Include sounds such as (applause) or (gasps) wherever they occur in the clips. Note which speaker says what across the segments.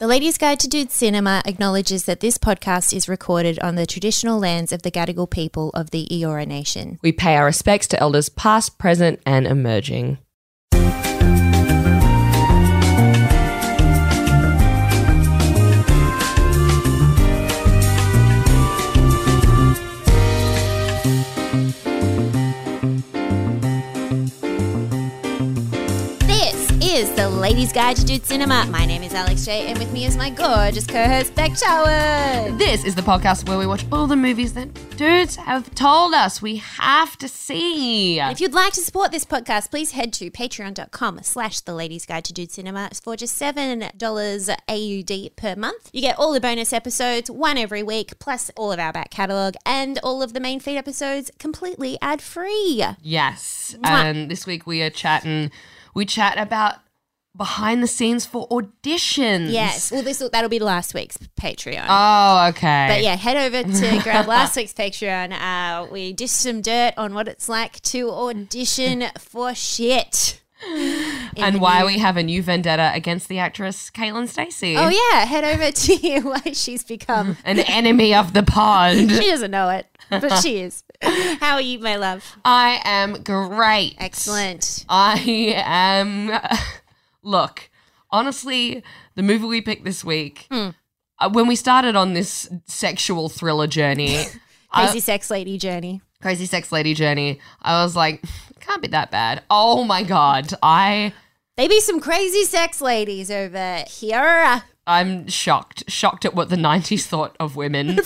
Speaker 1: The Ladies Guide to Dude Cinema acknowledges that this podcast is recorded on the traditional lands of the Gadigal people of the Eora Nation.
Speaker 2: We pay our respects to elders past, present, and emerging.
Speaker 1: This is the Ladies Guide to Dude Cinema. My name is Alex J, and with me is my gorgeous co-host Beck Chowan.
Speaker 2: This is the podcast where we watch all the movies that dudes have told us we have to see.
Speaker 1: If you'd like to support this podcast, please head to patreon.com slash the ladies guide to dude cinema It's for just $7 AUD per month. You get all the bonus episodes, one every week, plus all of our back catalogue and all of the main feed episodes completely ad free.
Speaker 2: Yes. And this week we are chatting, we chat about behind the scenes for auditions.
Speaker 1: Yes. Well, this will that'll be last week's Patreon.
Speaker 2: Oh, okay.
Speaker 1: But yeah, head over
Speaker 2: (laughs)
Speaker 1: to grab last week's Patreon. Uh, we dish some dirt on what it's like to audition for shit.
Speaker 2: and why we have a new vendetta against the actress Caitlin Stacey.
Speaker 1: Oh yeah, head over to (laughs) hear why she's become.
Speaker 2: An enemy of the (laughs) pod.
Speaker 1: She doesn't know it, but she is. How are you, my love?
Speaker 2: I am great.
Speaker 1: Excellent.
Speaker 2: I am. (laughs) Look, honestly, the movie we picked this week,
Speaker 1: Hmm.
Speaker 2: uh, when we started on this sexual
Speaker 1: (laughs)
Speaker 2: thriller journey, Uh,
Speaker 1: Crazy sex lady journey.
Speaker 2: crazy sex lady journey, I was like, "Hmm, can't be that bad. Oh my god, I
Speaker 1: They be some crazy sex ladies over here
Speaker 2: I'm shocked, shocked at what the '90s thought of
Speaker 1: (laughs)
Speaker 2: women.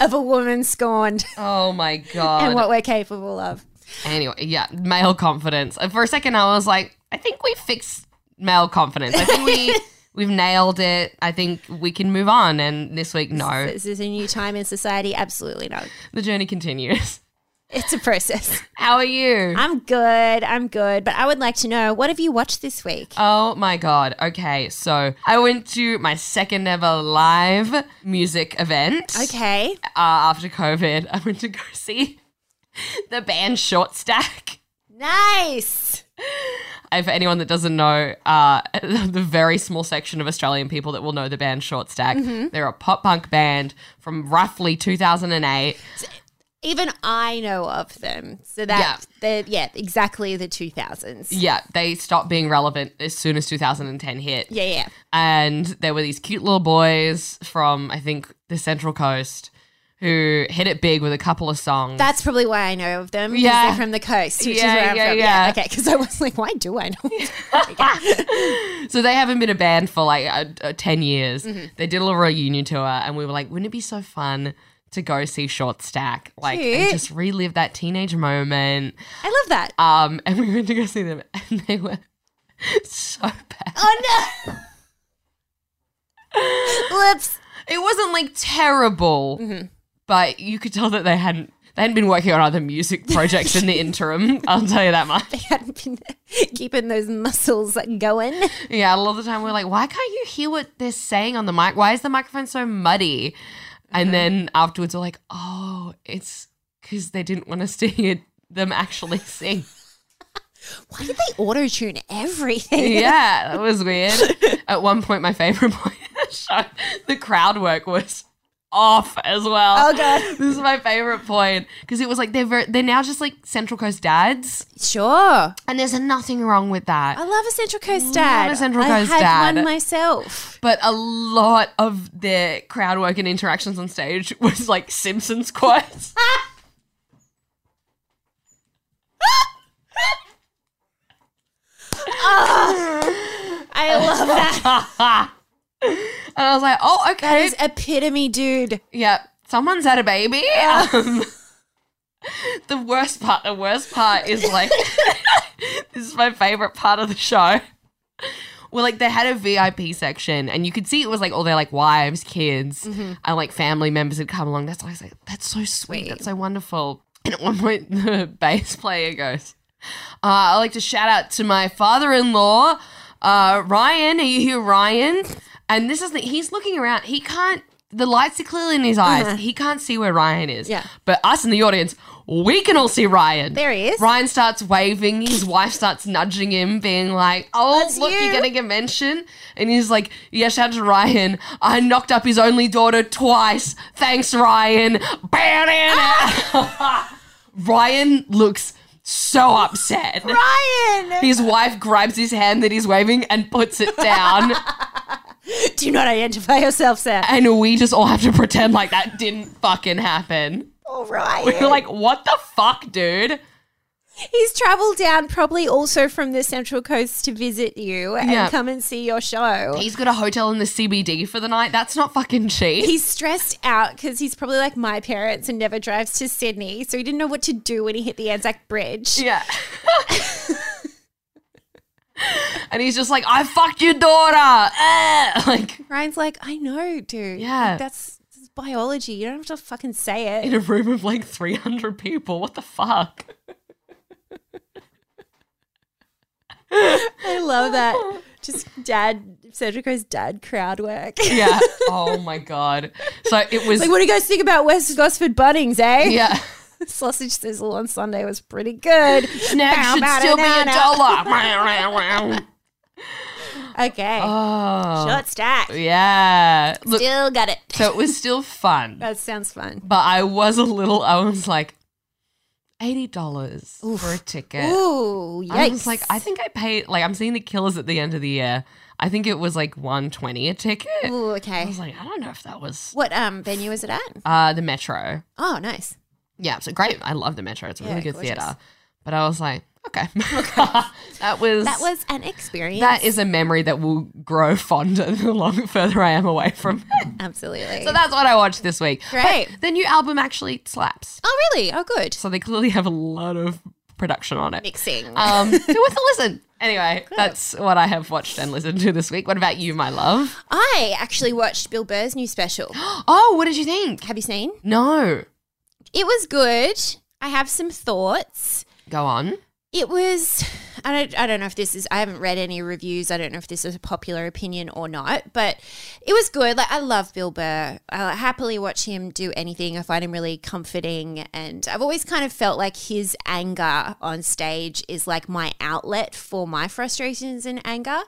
Speaker 1: of a woman scorned
Speaker 2: oh my god.
Speaker 1: and what we're capable of.
Speaker 2: Anyway, yeah, male confidence. And for a second, I was like, I think we fixed male confidence. I
Speaker 1: (laughs)
Speaker 2: think we we've nailed it. I think we can move on. And this week, no,
Speaker 1: This is a new time in society. Absolutely not.
Speaker 2: the journey continues. (laughs)
Speaker 1: It's a process.
Speaker 2: How are you?
Speaker 1: I'm good. I'm good. But I would like to know what have you watched this week?
Speaker 2: Oh my god. Okay, so I went to my second ever live music event.
Speaker 1: Okay.
Speaker 2: Uh, after COVID, (laughs) I went to go see the band Short Stack.
Speaker 1: Nice.
Speaker 2: Uh, for anyone that doesn't know, uh, (laughs) the very small section of Australian people that will know the band Short Stack, they're a pop punk band from roughly 2008.
Speaker 1: Even I know of them. So that yeah, yeah exactly the 2000s.
Speaker 2: Yeah, they stopped being relevant as soon as 2010 hit.
Speaker 1: Yeah, yeah.
Speaker 2: And there were these cute little boys from, I think, the Central Coast who hit it big with a couple of songs.
Speaker 1: That's probably why I know of them. 'cause
Speaker 2: Yeah.
Speaker 1: They're from the coast, which
Speaker 2: Yeah,
Speaker 1: is where I'm
Speaker 2: yeah,
Speaker 1: from.
Speaker 2: yeah.
Speaker 1: Okay. Because I was like, why do I
Speaker 2: (laughs)
Speaker 1: know?
Speaker 2: so they haven't been a band for like uh, uh, 10 years. They did a little reunion tour, and we were like, wouldn't it be so fun? To go see Short Stack, like, and
Speaker 1: Cute.
Speaker 2: just relive that teenage moment.
Speaker 1: I love that.
Speaker 2: Um, and we went to go see them, (laughs) and they were so bad.
Speaker 1: Oh,
Speaker 2: (laughs)
Speaker 1: no. Lips.
Speaker 2: It wasn't like terrible, Mm-hmm. but you could tell that they hadn't they hadn't been working on other music projects in the interim. I'll tell you that much.
Speaker 1: They hadn't been keeping those muscles going.
Speaker 2: Yeah, a lot of the time we're like, why can't you hear what they're saying on the mic? Why is the microphone so muddy? And then afterwards, we're like, oh, it's because they didn't want us to hear them
Speaker 1: (laughs)
Speaker 2: actually sing.
Speaker 1: Why did they auto tune everything?
Speaker 2: yeah, that was weird. At one point, my favorite (laughs) point of the show, the crowd work was off as well.
Speaker 1: Oh, God.
Speaker 2: (laughs) this is my favorite point because it was like they're ver- they're now just like Central Coast dads,
Speaker 1: Sure.
Speaker 2: and there's nothing wrong with that.
Speaker 1: I love a Central Coast dad.
Speaker 2: Love a Central Coast
Speaker 1: I had
Speaker 2: dad.
Speaker 1: one myself.
Speaker 2: But a lot of their crowd work and interactions on stage (laughs) was like Simpsons quotes. (laughs)
Speaker 1: I love that.
Speaker 2: And I was like, oh,
Speaker 1: That
Speaker 2: okay.
Speaker 1: is epitome,
Speaker 2: (laughs)
Speaker 1: dude.
Speaker 2: yeah, someone's had a baby. Um, (laughs) the worst part, the worst part is like, this is my favorite part of the show. Well, like they had a VIP section, and you could see it was like all their like wives, kids,
Speaker 1: Mm-hmm.
Speaker 2: and like family members had come along. That's why I was like, that's so sweet. That's so wonderful. And at one point, (laughs) the bass player goes, uh, "I'd like to shout out to my father-in-law, uh, Ryan. Are you here, Ryan?" And this is the, he's looking around. He can't the lights are clearly in his eyes.
Speaker 1: Uh-huh.
Speaker 2: He can't see where Ryan is.
Speaker 1: Yeah.
Speaker 2: But us in the audience, we can all see Ryan.
Speaker 1: There he is.
Speaker 2: Ryan starts waving. His wife starts nudging him, being like, "Oh,
Speaker 1: That's
Speaker 2: look,
Speaker 1: you."
Speaker 2: you're getting a mention." And he's like, "Yeah, shout out to Ryan. I knocked up his only daughter twice. Thanks, Ryan." (laughs) Ryan looks so upset.
Speaker 1: Ryan!
Speaker 2: His wife grabs his hand that he's waving and puts it (laughs) down.
Speaker 1: Do not identify yourself, sir.
Speaker 2: and we just all have to pretend like that didn't fucking happen.
Speaker 1: Oh,
Speaker 2: We're
Speaker 1: Ryan.
Speaker 2: like, what the fuck, dude?
Speaker 1: (laughs) He's traveled down probably also from the Central Coast to visit you and
Speaker 2: Yeah.
Speaker 1: come and see your show.
Speaker 2: He's got a hotel in the CBD for the night. That's not fucking cheap.
Speaker 1: He's stressed out because he's probably like my parents and never drives to Sydney. So he didn't know what to do when he hit the Anzac
Speaker 2: (laughs)
Speaker 1: Bridge.
Speaker 2: Yeah. and he's just like, I fucked your daughter. (laughs) Eh. Like
Speaker 1: Ryan's like, I know, dude.
Speaker 2: Yeah.
Speaker 1: Like, that's, that's biology. You don't have to fucking say it.
Speaker 2: (laughs) in a room of like 300 people. What the fuck?
Speaker 1: I love
Speaker 2: (laughs)
Speaker 1: that. Just dad, Cedrico's dad crowd work.
Speaker 2: Yeah. (laughs) oh my God. So it
Speaker 1: (laughs)
Speaker 2: was.
Speaker 1: Like, what do you guys think about West Gosford Bunnings, eh?
Speaker 2: (laughs) yeah.
Speaker 1: (laughs) Sausage sizzle on Sunday was pretty
Speaker 2: (laughs)
Speaker 1: good.
Speaker 2: Snacks should
Speaker 1: Bow, bow,
Speaker 2: still be
Speaker 1: da,
Speaker 2: a
Speaker 1: da.
Speaker 2: dollar.
Speaker 1: Okay.
Speaker 2: (laughs) oh.
Speaker 1: Short stack.
Speaker 2: Yeah. (laughs) Look,
Speaker 1: Still got it.
Speaker 2: so it was still
Speaker 1: (laughs)
Speaker 2: fun.
Speaker 1: That sounds fun.
Speaker 2: but I was a little. I was like, eighty dollars for a ticket.
Speaker 1: Ooh,
Speaker 2: I
Speaker 1: yikes.
Speaker 2: was like, I think I paid. Like, I'm seeing the killers at the end of the year. I think it was like one twenty a ticket.
Speaker 1: Ooh,
Speaker 2: I
Speaker 1: okay.
Speaker 2: was like, I don't know if that was
Speaker 1: What um venue was it at?
Speaker 2: uh the Metro.
Speaker 1: Oh, nice.
Speaker 2: Yeah, so great. I love the Metro. It's a really
Speaker 1: Yeah,
Speaker 2: good
Speaker 1: gorgeous.
Speaker 2: theater. But I was like, okay, (laughs) that was
Speaker 1: That was an experience.
Speaker 2: that is a memory that will grow fonder (laughs) the longer further I am away from it.
Speaker 1: absolutely.
Speaker 2: So that's what I watched this week. But
Speaker 1: Great.
Speaker 2: the new album actually slaps.
Speaker 1: oh, really? Oh, good.
Speaker 2: So they clearly have a lot of production on it.
Speaker 1: Mixing.
Speaker 2: (laughs) Um, so worth a listen. Anyway, that's what I have watched and listened to this week. What about you, my love?
Speaker 1: I actually watched Bill Burr's new special.
Speaker 2: Oh, what did you think?
Speaker 1: Have you seen?
Speaker 2: No.
Speaker 1: It was good. I have some thoughts.
Speaker 2: Go on.
Speaker 1: It was. I don't. I don't know if this is. I haven't read any reviews. I don't know if this is a popular opinion or not. But it was good. Like I love Bill Burr. I happily watch him do anything. I find him really comforting, and I've always kind of felt like his anger on stage is like my outlet for my frustrations and anger.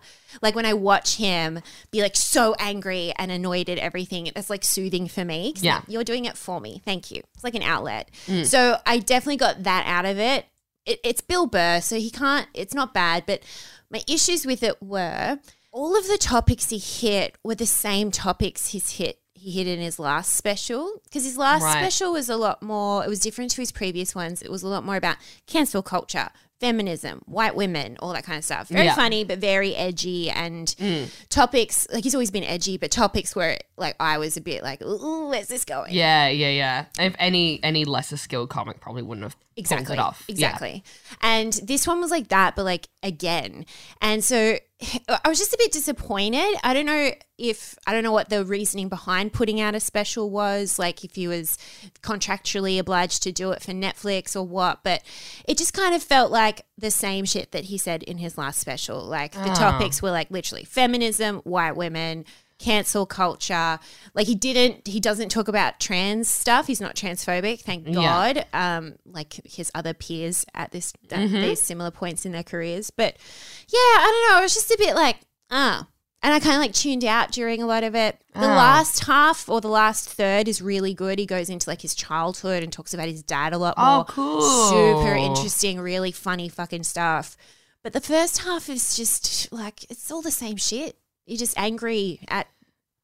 Speaker 1: Like when I watch him be like so angry and annoyed at everything, that's like soothing for me. 'Cause
Speaker 2: Yeah.
Speaker 1: you're doing it for me. Thank you. It's like an outlet.
Speaker 2: Mm.
Speaker 1: So I definitely got that out of it. it. It's Bill Burr, so he can't, it's not bad. But my issues with it were all of the topics he hit were the same topics he's hit. He hit in his last special because his last
Speaker 2: Right.
Speaker 1: special was a lot more, it was different to his previous ones. It was a lot more about cancel culture, feminism, white women, all that kind of stuff. Very
Speaker 2: Yeah.
Speaker 1: funny, but very edgy and topics. Like he's always been edgy, but topics where like I was a bit like, ooh, where's this going?
Speaker 2: Yeah, yeah, yeah. If any any lesser skilled comic probably wouldn't have pulled
Speaker 1: exactly
Speaker 2: it off. Yeah.
Speaker 1: exactly and this one was like that but like again and so (sighs) i was just a bit disappointed i don't know if i don't know what the reasoning behind putting out a special was like if he was contractually obliged to do it for netflix or what but it just kind of felt like the same shit that he said in his last special like the
Speaker 2: Ah.
Speaker 1: topics were like literally feminism white women cancel culture like he didn't he doesn't talk about trans stuff he's not transphobic thank god
Speaker 2: Yeah.
Speaker 1: God, um, like his other peers at this at these similar points in their careers. But yeah, I don't know. I was just a bit like, ah. And I kind of like tuned out during a lot of it. The
Speaker 2: Ah.
Speaker 1: last half or the last third is really good. He goes into like his childhood and talks about his dad a lot
Speaker 2: Oh,
Speaker 1: more.
Speaker 2: cool.
Speaker 1: Super interesting, really funny fucking stuff. But the first half is just like, it's all the same shit. You're just angry at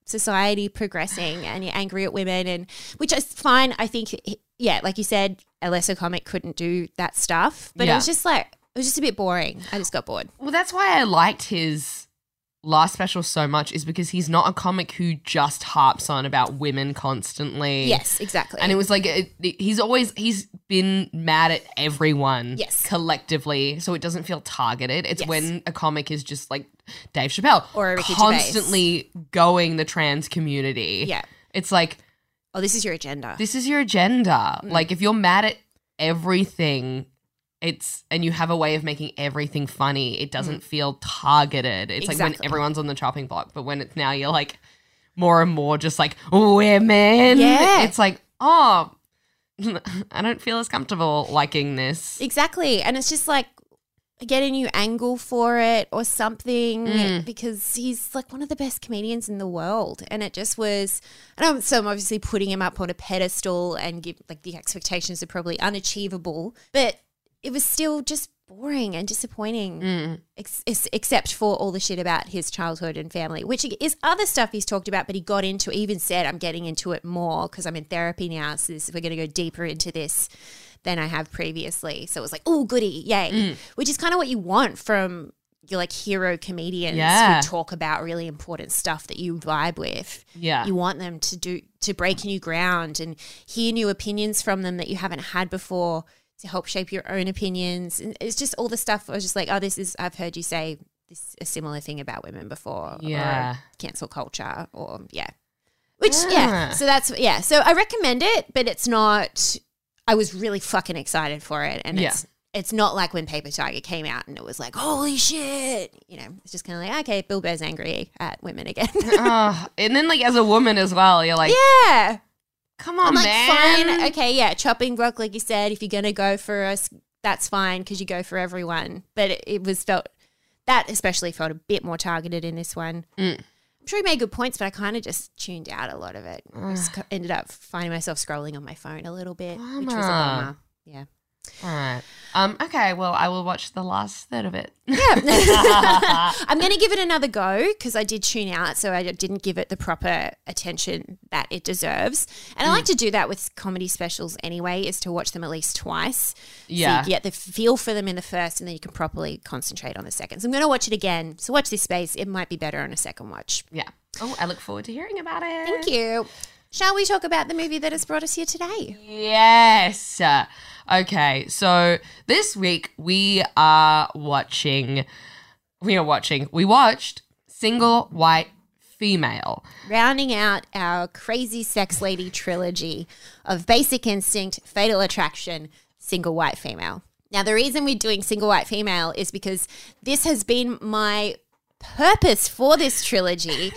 Speaker 1: society progressing and you're angry at women and which is fine i think yeah like you said a lesser comic couldn't do that stuff but it
Speaker 2: Yeah.
Speaker 1: was just like it was just a bit boring i just got bored
Speaker 2: Well, that's why I liked his last special so much is because he's not a comic who just harps on about women constantly.
Speaker 1: yes exactly
Speaker 2: And it was like it, it- he's always he's been mad at everyone,
Speaker 1: Yes.
Speaker 2: collectively. So it doesn't feel targeted. It's
Speaker 1: Yes.
Speaker 2: when a comic is just like Dave Chappelle
Speaker 1: Or a Ricky Gervais.
Speaker 2: constantly going the trans community.
Speaker 1: yeah
Speaker 2: it's like
Speaker 1: oh this is your agenda
Speaker 2: this is your agenda.
Speaker 1: Mm.
Speaker 2: Like if you're mad at everything, it's and you have a way of making everything funny. It doesn't feel targeted. It's like when
Speaker 1: Mm. Exactly.
Speaker 2: everyone's on the chopping block, but when it's now you're like. more and more just like women.
Speaker 1: Yeah.
Speaker 2: It's like, oh, (laughs) I don't feel as comfortable liking this.
Speaker 1: Exactly. And it's just like get a new angle for it or something because he's like one of the best comedians in the world. And it just was, and I'm, so I'm obviously putting him up on a pedestal and give, like the expectations are probably unachievable, but it was still just boring and disappointing ex- ex- except for all the shit about his childhood and family which is other stuff he's talked about but he got into even said i'm getting into it more because i'm in therapy now so this, we're going to go deeper into this than I have previously. So it was like, oh, goody, yay, which is kind of what you want from your like hero comedians
Speaker 2: Yeah.
Speaker 1: who talk about really important stuff that you vibe with.
Speaker 2: Yeah.
Speaker 1: You want them to do to break new ground and hear new opinions from them that you haven't had before to help shape your own opinions. And it's just all the stuff I was just like, oh, this is I've heard you say this a similar thing about women before. or
Speaker 2: Yeah.
Speaker 1: cancel culture or yeah. Which yeah.
Speaker 2: Yeah.
Speaker 1: So that's yeah. So I recommend it, but it's not I was really fucking excited for it. And
Speaker 2: Yeah.
Speaker 1: it's it's not like when Paper Tiger came out and it was like, holy shit. You know, it's just kinda like, okay, Bill Burr's angry at women again. (laughs)
Speaker 2: Ugh. and then like as a woman as well, you're like,
Speaker 1: yeah.
Speaker 2: come on,
Speaker 1: I'm like,
Speaker 2: man.
Speaker 1: fine, okay, yeah, chopping block, like you said, if you're gonna go for us, that's fine because you go for everyone. But it, it was felt that especially felt a bit more targeted in this one.
Speaker 2: Mm.
Speaker 1: I'm sure he made good points, but I kind of just tuned out a lot of it. I
Speaker 2: (sighs)
Speaker 1: just co- ended up finding myself scrolling on my phone a little bit, which was a
Speaker 2: Bummer.
Speaker 1: bummer. Yeah.
Speaker 2: All right. Um. Okay. Well, I will watch the last third of it. (laughs)
Speaker 1: Yeah. (laughs) I'm going to give it another go because I did tune out. So I didn't give it the proper attention that it deserves. And I like to do that with comedy specials anyway, is to watch them at least twice.
Speaker 2: Yeah.
Speaker 1: So you get the feel for them in the first and then you can properly concentrate on the second. So I'm going to watch it again. So watch this space. It might be better on a second watch.
Speaker 2: Yeah. Oh, I look forward to hearing about it.
Speaker 1: Thank you. Shall we talk about the movie that has brought us here today?
Speaker 2: Yes. Okay. So this week we are watching. We are watching. We watched Single White Female.
Speaker 1: rounding out our crazy sex lady trilogy of Basic Instinct, Fatal Attraction, Single White Female. Now, the reason we're doing Single White Female is because this has been my purpose for this trilogy.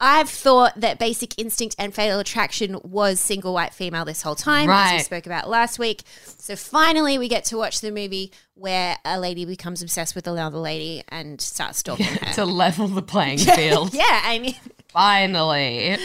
Speaker 1: I've thought that Basic Instinct and Fatal Attraction was Single White Female this whole time, as we
Speaker 2: Right.
Speaker 1: spoke about last week. So finally, we get to watch the movie where a lady becomes obsessed with another lady and starts stalking her.
Speaker 2: To level the playing
Speaker 1: (laughs)
Speaker 2: field.
Speaker 1: yeah, I mean.
Speaker 2: Finally.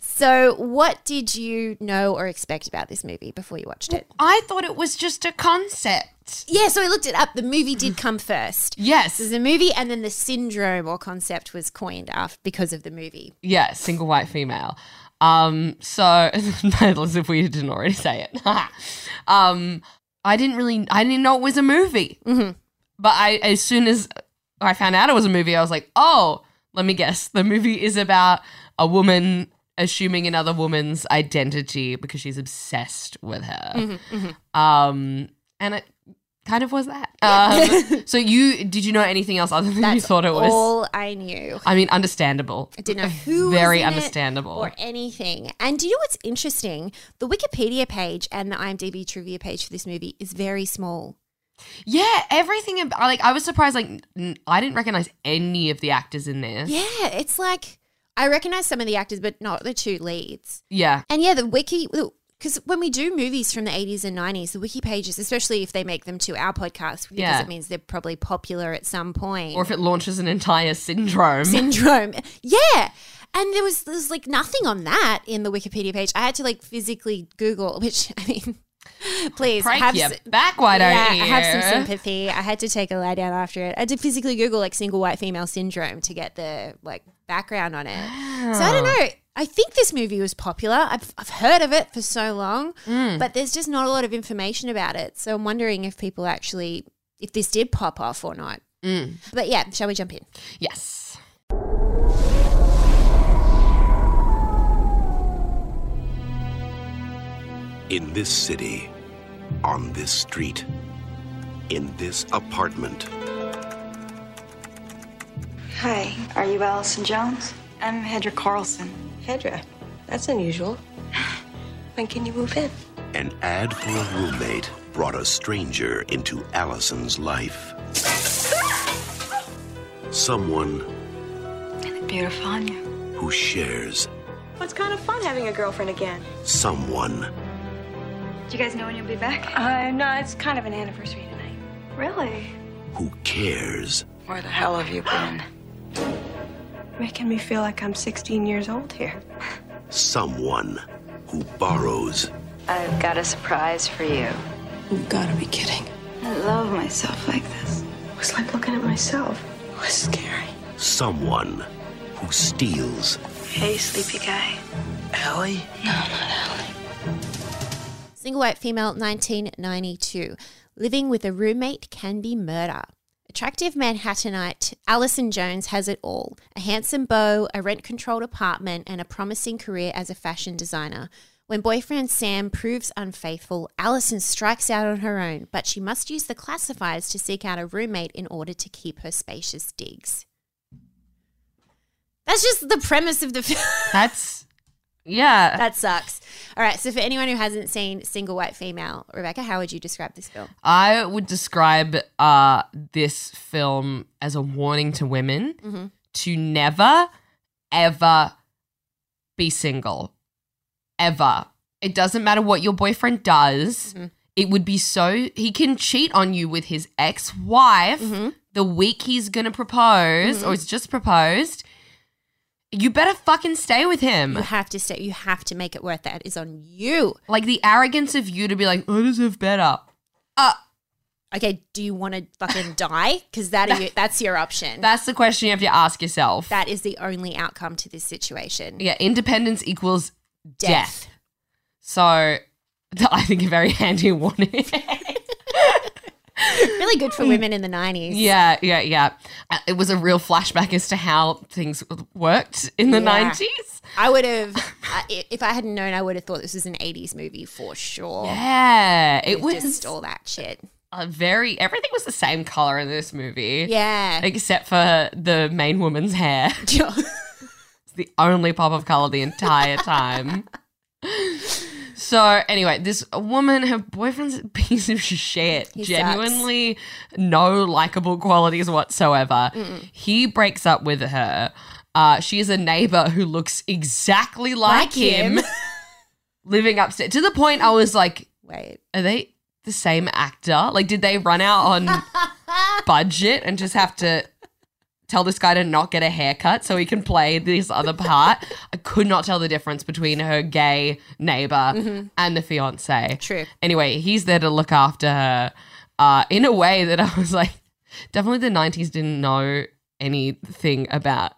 Speaker 1: So, what did you know or expect about this movie before you watched it?
Speaker 2: I thought it was just a concept.
Speaker 1: Yeah, so I looked it up. The movie did come first.
Speaker 2: Yes.
Speaker 1: There's a movie, and then the syndrome or concept was coined after because of the movie.
Speaker 2: Yeah. Single white female. Um, so (laughs) no, as if we didn't already say it. (laughs) um, I didn't really I didn't know it was a movie. But I as soon as I found out it was a movie, I was like, oh, let me guess. The movie is about a woman assuming another woman's identity because she's obsessed with her. Um, and it kind of was that. Um, so you did you know anything else other than you thought it was?
Speaker 1: All I knew.
Speaker 2: I mean, understandable.
Speaker 1: I didn't know who
Speaker 2: Very
Speaker 1: was in it
Speaker 2: understandable.
Speaker 1: or anything. And do you know what's interesting? The Wikipedia page and the IMDb trivia page for this movie is very small.
Speaker 2: Yeah, everything. ab- I Like, I was surprised. Like, n- I didn't recognize any of the actors in there.
Speaker 1: Yeah, it's like I recognize some of the actors, but not the two leads.
Speaker 2: Yeah.
Speaker 1: And yeah, the wiki, because when we do movies from the 80s and 90s, the wiki pages, especially if they make them to our podcast, because
Speaker 2: Yeah.
Speaker 1: it means they're probably popular at some point.
Speaker 2: Or if it launches an entire
Speaker 1: (laughs)
Speaker 2: syndrome.
Speaker 1: syndrome. Yeah. And there was there's like nothing on that in the Wikipedia page. I had to like physically Google, (laughs) which I mean, please
Speaker 2: Break
Speaker 1: have
Speaker 2: your
Speaker 1: s-
Speaker 2: back, why don't
Speaker 1: yeah,
Speaker 2: you?
Speaker 1: I have some sympathy. I had to take a lie down after it. I did physically Google like single white female syndrome to get the like background on it. So I don't know. I think this movie was popular. I've, I've heard of it for so long, but there's just not a lot of information about it. So I'm wondering if people actually, if this did pop off or not. But yeah, shall we jump in?
Speaker 2: Yes.
Speaker 3: In this city, on this street, in this apartment,
Speaker 4: Hi, are you Allison Jones? I'm Hedra Carlson.
Speaker 5: Hedra, that's unusual. When can you move in?
Speaker 3: an ad for a roommate brought a stranger into Allison's life. Someone
Speaker 4: You look beautiful on you.
Speaker 3: who shares
Speaker 6: Well, it's kind of fun having a girlfriend again.
Speaker 3: someone
Speaker 4: Do you guys know when you'll be back?
Speaker 6: Uh, no, it's kind of an anniversary tonight.
Speaker 4: Really?
Speaker 3: who cares.
Speaker 5: Where the hell have you been?
Speaker 6: Making me feel like I'm 16 years old here.
Speaker 3: someone who borrows
Speaker 4: I've got a surprise for you.
Speaker 5: You've got to be kidding.
Speaker 4: I love myself like this.
Speaker 6: It was like looking at myself.
Speaker 5: It was scary.
Speaker 3: someone who steals
Speaker 6: Hey, sleepy guy.
Speaker 5: Ellie?
Speaker 1: Single white female, 1992. Living with a roommate can be murder. Attractive Manhattanite, Allison Jones has it all a handsome beau, a rent controlled apartment, and a promising career as a fashion designer. When boyfriend Sam proves unfaithful, Allison strikes out on her own, but she must use the classifiers to seek out a roommate in order to keep her spacious digs. That's just the premise of the (laughs) film.
Speaker 2: That's
Speaker 1: (laughs)
Speaker 2: yeah.
Speaker 1: That sucks. All right. So for anyone who hasn't seen Single White Female, Rebecca, how would you describe this film?
Speaker 2: I would describe uh, this film as a warning to women to never, ever be single. Ever. It doesn't matter what your boyfriend does. It would be so, he can cheat on you with his ex wife the week he's going to propose or he's just proposed. You better fucking stay with him.
Speaker 1: You have to stay. You have to make it worth that. Is on you.
Speaker 2: Like the arrogance of you to be like, I deserve better. Uh,
Speaker 1: Okay. Do you want to fucking die? Because that are you, that's your option.
Speaker 2: That's the question you have to ask yourself.
Speaker 1: that is the only outcome to this situation.
Speaker 2: yeah, independence equals death.
Speaker 1: Death.
Speaker 2: So (laughs) th- I think a very handy warning.
Speaker 1: Really good for women in the nineties.
Speaker 2: yeah, yeah, yeah. Uh, It was a real flashback as to how things w- worked in the
Speaker 1: Yeah.
Speaker 2: 90s.
Speaker 1: I would have, I- if I hadn't known, I would have thought this was an eighties movie for sure.
Speaker 2: Yeah, it
Speaker 1: With
Speaker 2: was
Speaker 1: just all that shit.
Speaker 2: a very everything was the same color in this movie.
Speaker 1: Yeah.
Speaker 2: Except for the main woman's hair. It's the only pop of color the entire time. so anyway, this woman, her boyfriend's a piece of shit.
Speaker 1: He
Speaker 2: genuinely no likable qualities whatsoever. He breaks up with her. Uh, she is a neighbor who looks exactly
Speaker 1: Like
Speaker 2: like,
Speaker 1: him.
Speaker 2: him (laughs) living upstairs. To the point I was like,
Speaker 1: Wait.
Speaker 2: are they the same actor? Like, did they run out on budget and just have to tell this guy to not get a haircut so he can play this other part? I could not tell the difference between her gay neighbor and the fiance.
Speaker 1: True.
Speaker 2: Anyway, he's there to look after her uh, in a way that I was like, definitely the 90s didn't know anything about.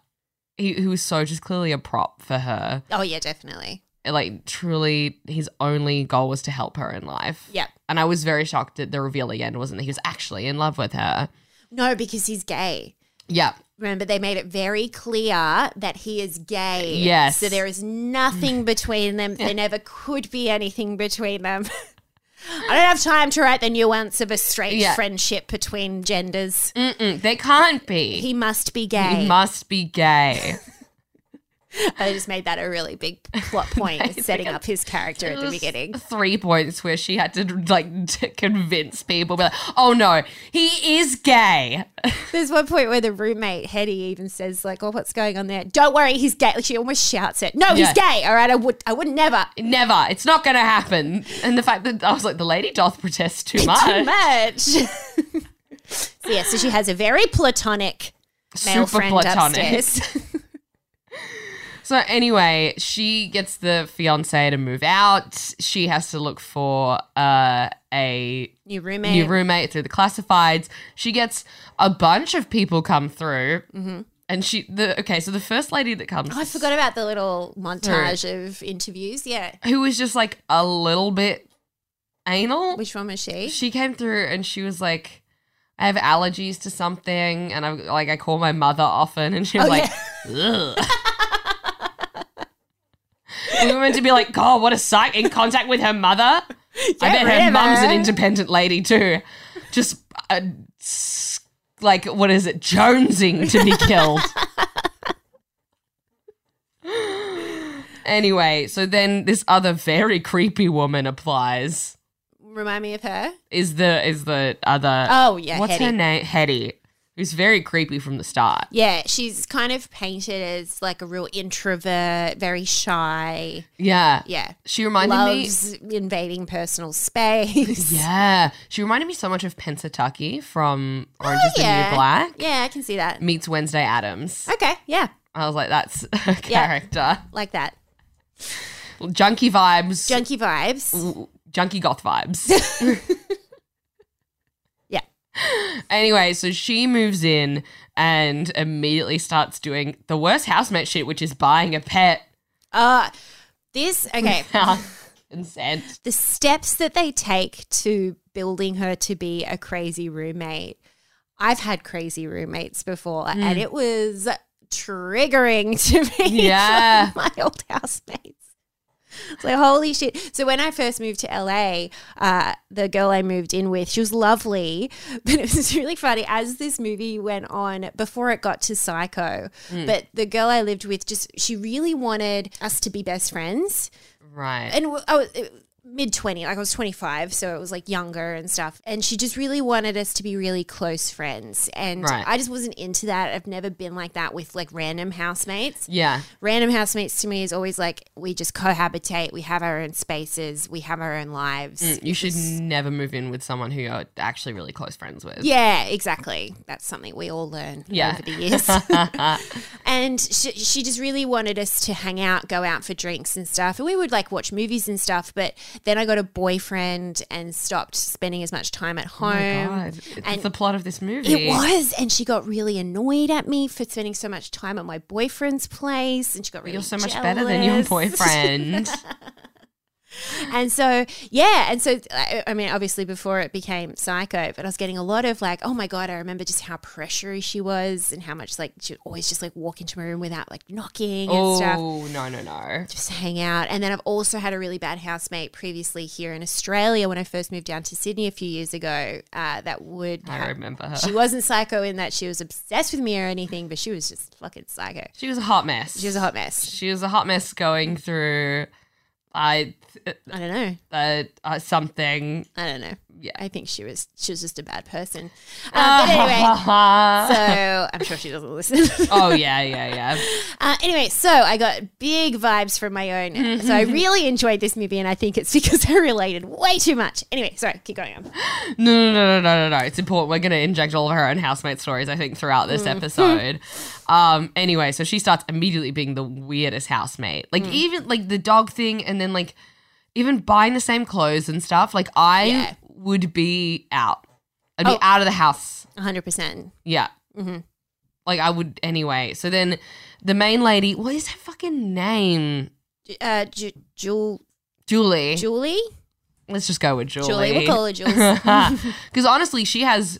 Speaker 2: He, he was so just clearly a prop for her.
Speaker 1: Oh yeah, definitely.
Speaker 2: Like, truly, his only goal was to help her in life.
Speaker 1: Yep.
Speaker 2: And I was very shocked that the reveal again wasn't that he was actually in love with her.
Speaker 1: No, because he's gay.
Speaker 2: Yeah.
Speaker 1: Remember, they made it very clear that he is gay.
Speaker 2: Yes.
Speaker 1: So there is
Speaker 2: (laughs)
Speaker 1: nothing between them. There never could be anything between them. (laughs) I don't have time to write the nuance of a straight
Speaker 2: Yeah.
Speaker 1: friendship between genders.
Speaker 2: Mm-mm, they can't be.
Speaker 1: He
Speaker 2: He,
Speaker 1: must be gay.
Speaker 2: must be gay.
Speaker 1: I just made that a really big plot
Speaker 2: (laughs)
Speaker 1: point, setting up his character (laughs) at the beginning.
Speaker 2: Three points where she had to like (laughs) to convince people, be like, "Oh no, he is gay."
Speaker 1: There's one point where the roommate, Hetty, even says, like, oh, what's going on there? Don't worry, he's gay. Like, she almost shouts it. No, he's
Speaker 2: Yeah.
Speaker 1: gay. All right, I would I would never.
Speaker 2: Never. It's not going to happen. And the fact that I was like, the lady doth protest too much.
Speaker 1: (laughs) too
Speaker 2: (laughs)
Speaker 1: much. so yeah, so she has a very platonic male
Speaker 2: Super
Speaker 1: friend
Speaker 2: platonic.
Speaker 1: upstairs.
Speaker 2: (laughs)
Speaker 1: (laughs)
Speaker 2: So anyway, she gets the fiance to move out. She has to look for uh, a
Speaker 1: New roommate.
Speaker 2: new roommate through the classifieds. She gets a bunch of people come through, and she the okay. So the first lady that comes,
Speaker 1: Mm-hmm. Oh, I forgot about the little montage of interviews. Yeah.
Speaker 2: who was just like a little bit anal.
Speaker 1: Which one was she?
Speaker 2: she came through and she was like, "I have allergies to something," and I'm like, I call my mother often, and she was
Speaker 1: Oh,
Speaker 2: like, "Ugh." (laughs) We were meant to be like, God, what a sight in contact with her mother. I bet
Speaker 1: rid
Speaker 2: her
Speaker 1: of
Speaker 2: mum's an
Speaker 1: her.
Speaker 2: independent lady too. Just uh, s- like, what is it? Jonesing to be killed. (laughs) anyway, so then this other very creepy woman applies.
Speaker 1: Remind me of her.
Speaker 2: Is the is the other
Speaker 1: Oh, yeah,
Speaker 2: What's
Speaker 1: Hetty.
Speaker 2: her name? Hetty. who's very creepy from the start.
Speaker 1: Yeah, she's kind of painted as like a real introvert, very shy.
Speaker 2: Yeah.
Speaker 1: Yeah.
Speaker 2: She reminded me.
Speaker 1: Loves invading personal space.
Speaker 2: Yeah. She reminded me so much of Pensatucky from Orange is the
Speaker 1: Oh, yeah.
Speaker 2: New Black
Speaker 1: (laughs) Yeah, I can see that.
Speaker 2: meets Wednesday Adams.
Speaker 1: Okay, yeah,
Speaker 2: I was like, that's a
Speaker 1: Yeah.
Speaker 2: character.
Speaker 1: like that.
Speaker 2: Junkie vibes.
Speaker 1: Junkie vibes.
Speaker 2: junkie goth
Speaker 1: (laughs)
Speaker 2: vibes.
Speaker 1: Yeah.
Speaker 2: anyway, so she moves in and immediately starts doing the worst housemate shit, which is buying a pet (laughs)
Speaker 1: Uh, this, okay.
Speaker 2: without consent.
Speaker 1: the steps that they take to building her to be a crazy roommate. I've had crazy roommates before, and it was triggering (laughs) to me.
Speaker 2: Yeah.
Speaker 1: from my old housemates. It's like, holy shit. So, when I first moved to LA, uh, the girl I moved in with, she was lovely, (laughs) but it was really funny as this movie went on before it got to Psycho. But the girl I lived with just, she really wanted us to be best friends
Speaker 2: Right.
Speaker 1: and w- I was mid 20 like i was 25 so it was like younger and stuff and she just really wanted us to be really close friends and
Speaker 2: Right.
Speaker 1: i just wasn't into that i've never been like that with like random housemates
Speaker 2: yeah.
Speaker 1: random housemates to me is always like we just cohabitate we have our own spaces we have our own lives
Speaker 2: You should never move in with someone who you're actually really close friends with.
Speaker 1: yeah exactly that's something we all learn
Speaker 2: Yeah.
Speaker 1: over the years
Speaker 2: (laughs)
Speaker 1: (laughs) and she, she just really wanted us to hang out, go out for drinks and stuff. And we would like watch movies and stuff. But then I got a boyfriend and stopped spending as much time at home.
Speaker 2: Oh God. It's
Speaker 1: and-
Speaker 2: the plot of this
Speaker 1: It
Speaker 2: movie.
Speaker 1: was, and she got really annoyed at me for spending so much time at my boyfriend's place, and she got really
Speaker 2: You're so much better than your
Speaker 1: jealous. (laughs)
Speaker 2: boyfriend.
Speaker 1: and so, yeah, and so I, I mean, obviously, before it became Psycho, but I was getting a lot of like, oh my god, I remember just how pressury she was, and how much like she would always just like walk into my room without like knocking and stuff.
Speaker 2: oh, no, no, no.
Speaker 1: just hang out. And then I've also had a really bad housemate previously here in Australia when I first moved down to Sydney a few years ago. Uh, that would
Speaker 2: I remember her.
Speaker 1: she wasn't psycho in that she was obsessed with me or anything, but she was just fucking psycho.
Speaker 2: She was a hot mess.
Speaker 1: She was a hot mess.
Speaker 2: She was a hot mess going through, I,
Speaker 1: I don't know.
Speaker 2: uh, uh, something.
Speaker 1: I don't know.
Speaker 2: Yeah. Ah.
Speaker 1: I think she was she was just a bad person. Um, but anyway, Uh-huh.
Speaker 2: (laughs)
Speaker 1: so I'm sure she doesn't listen. (laughs)
Speaker 2: oh yeah, yeah, yeah.
Speaker 1: Uh, anyway, so I got big vibes from my own. So
Speaker 2: Mm-hmm.
Speaker 1: I really enjoyed this movie, and I think it's (laughs) because I related way too much. Anyway, sorry, keep going on.
Speaker 2: No, no, no, no, no, no, no. It's important. We're gonna inject all of her own housemate stories. I think throughout this
Speaker 1: Mm. (laughs)
Speaker 2: episode. Um. Anyway, so she starts immediately being the weirdest housemate. Like
Speaker 1: Mm.
Speaker 2: even like the dog thing, and then like even buying the same clothes and stuff. Like I
Speaker 1: Yeah.
Speaker 2: would be out. I'd be
Speaker 1: Oh. Mm-hmm.
Speaker 2: out of the house
Speaker 1: 100%.
Speaker 2: Yeah. Like I would anyway. So then the main lady, what is her fucking name?
Speaker 1: uh, Ju- Jul-
Speaker 2: Julie.
Speaker 1: Julie?
Speaker 2: Let's just go with Julie.
Speaker 1: Julie. We'll call her Jules.
Speaker 2: (laughs)
Speaker 1: (laughs)
Speaker 2: Because honestly, she has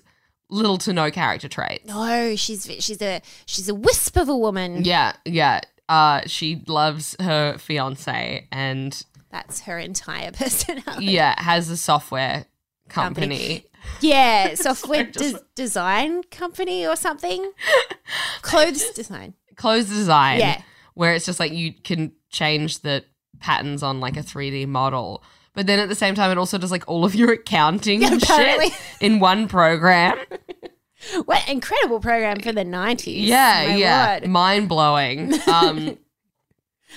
Speaker 2: little to no character traits.
Speaker 1: no, she's she's a she's a wisp of a woman.
Speaker 2: Yeah, yeah. Uh, she loves her fiance and
Speaker 1: That's her entire (laughs) personality.
Speaker 2: yeah, has a software
Speaker 1: Company.
Speaker 2: company. (laughs)
Speaker 1: Yeah, software des- design company or something. Clothes design.
Speaker 2: Clothes design.
Speaker 1: Yeah.
Speaker 2: Where it's just like you can change the patterns on like a 3D model. But then at the same time, it also does like all of your (laughs) accounting and
Speaker 1: apparently.
Speaker 2: shit in
Speaker 1: (laughs)
Speaker 2: one program.
Speaker 1: What incredible program for the nineties.
Speaker 2: Yeah,
Speaker 1: My
Speaker 2: yeah.
Speaker 1: Lord.
Speaker 2: Mind blowing.
Speaker 1: (laughs)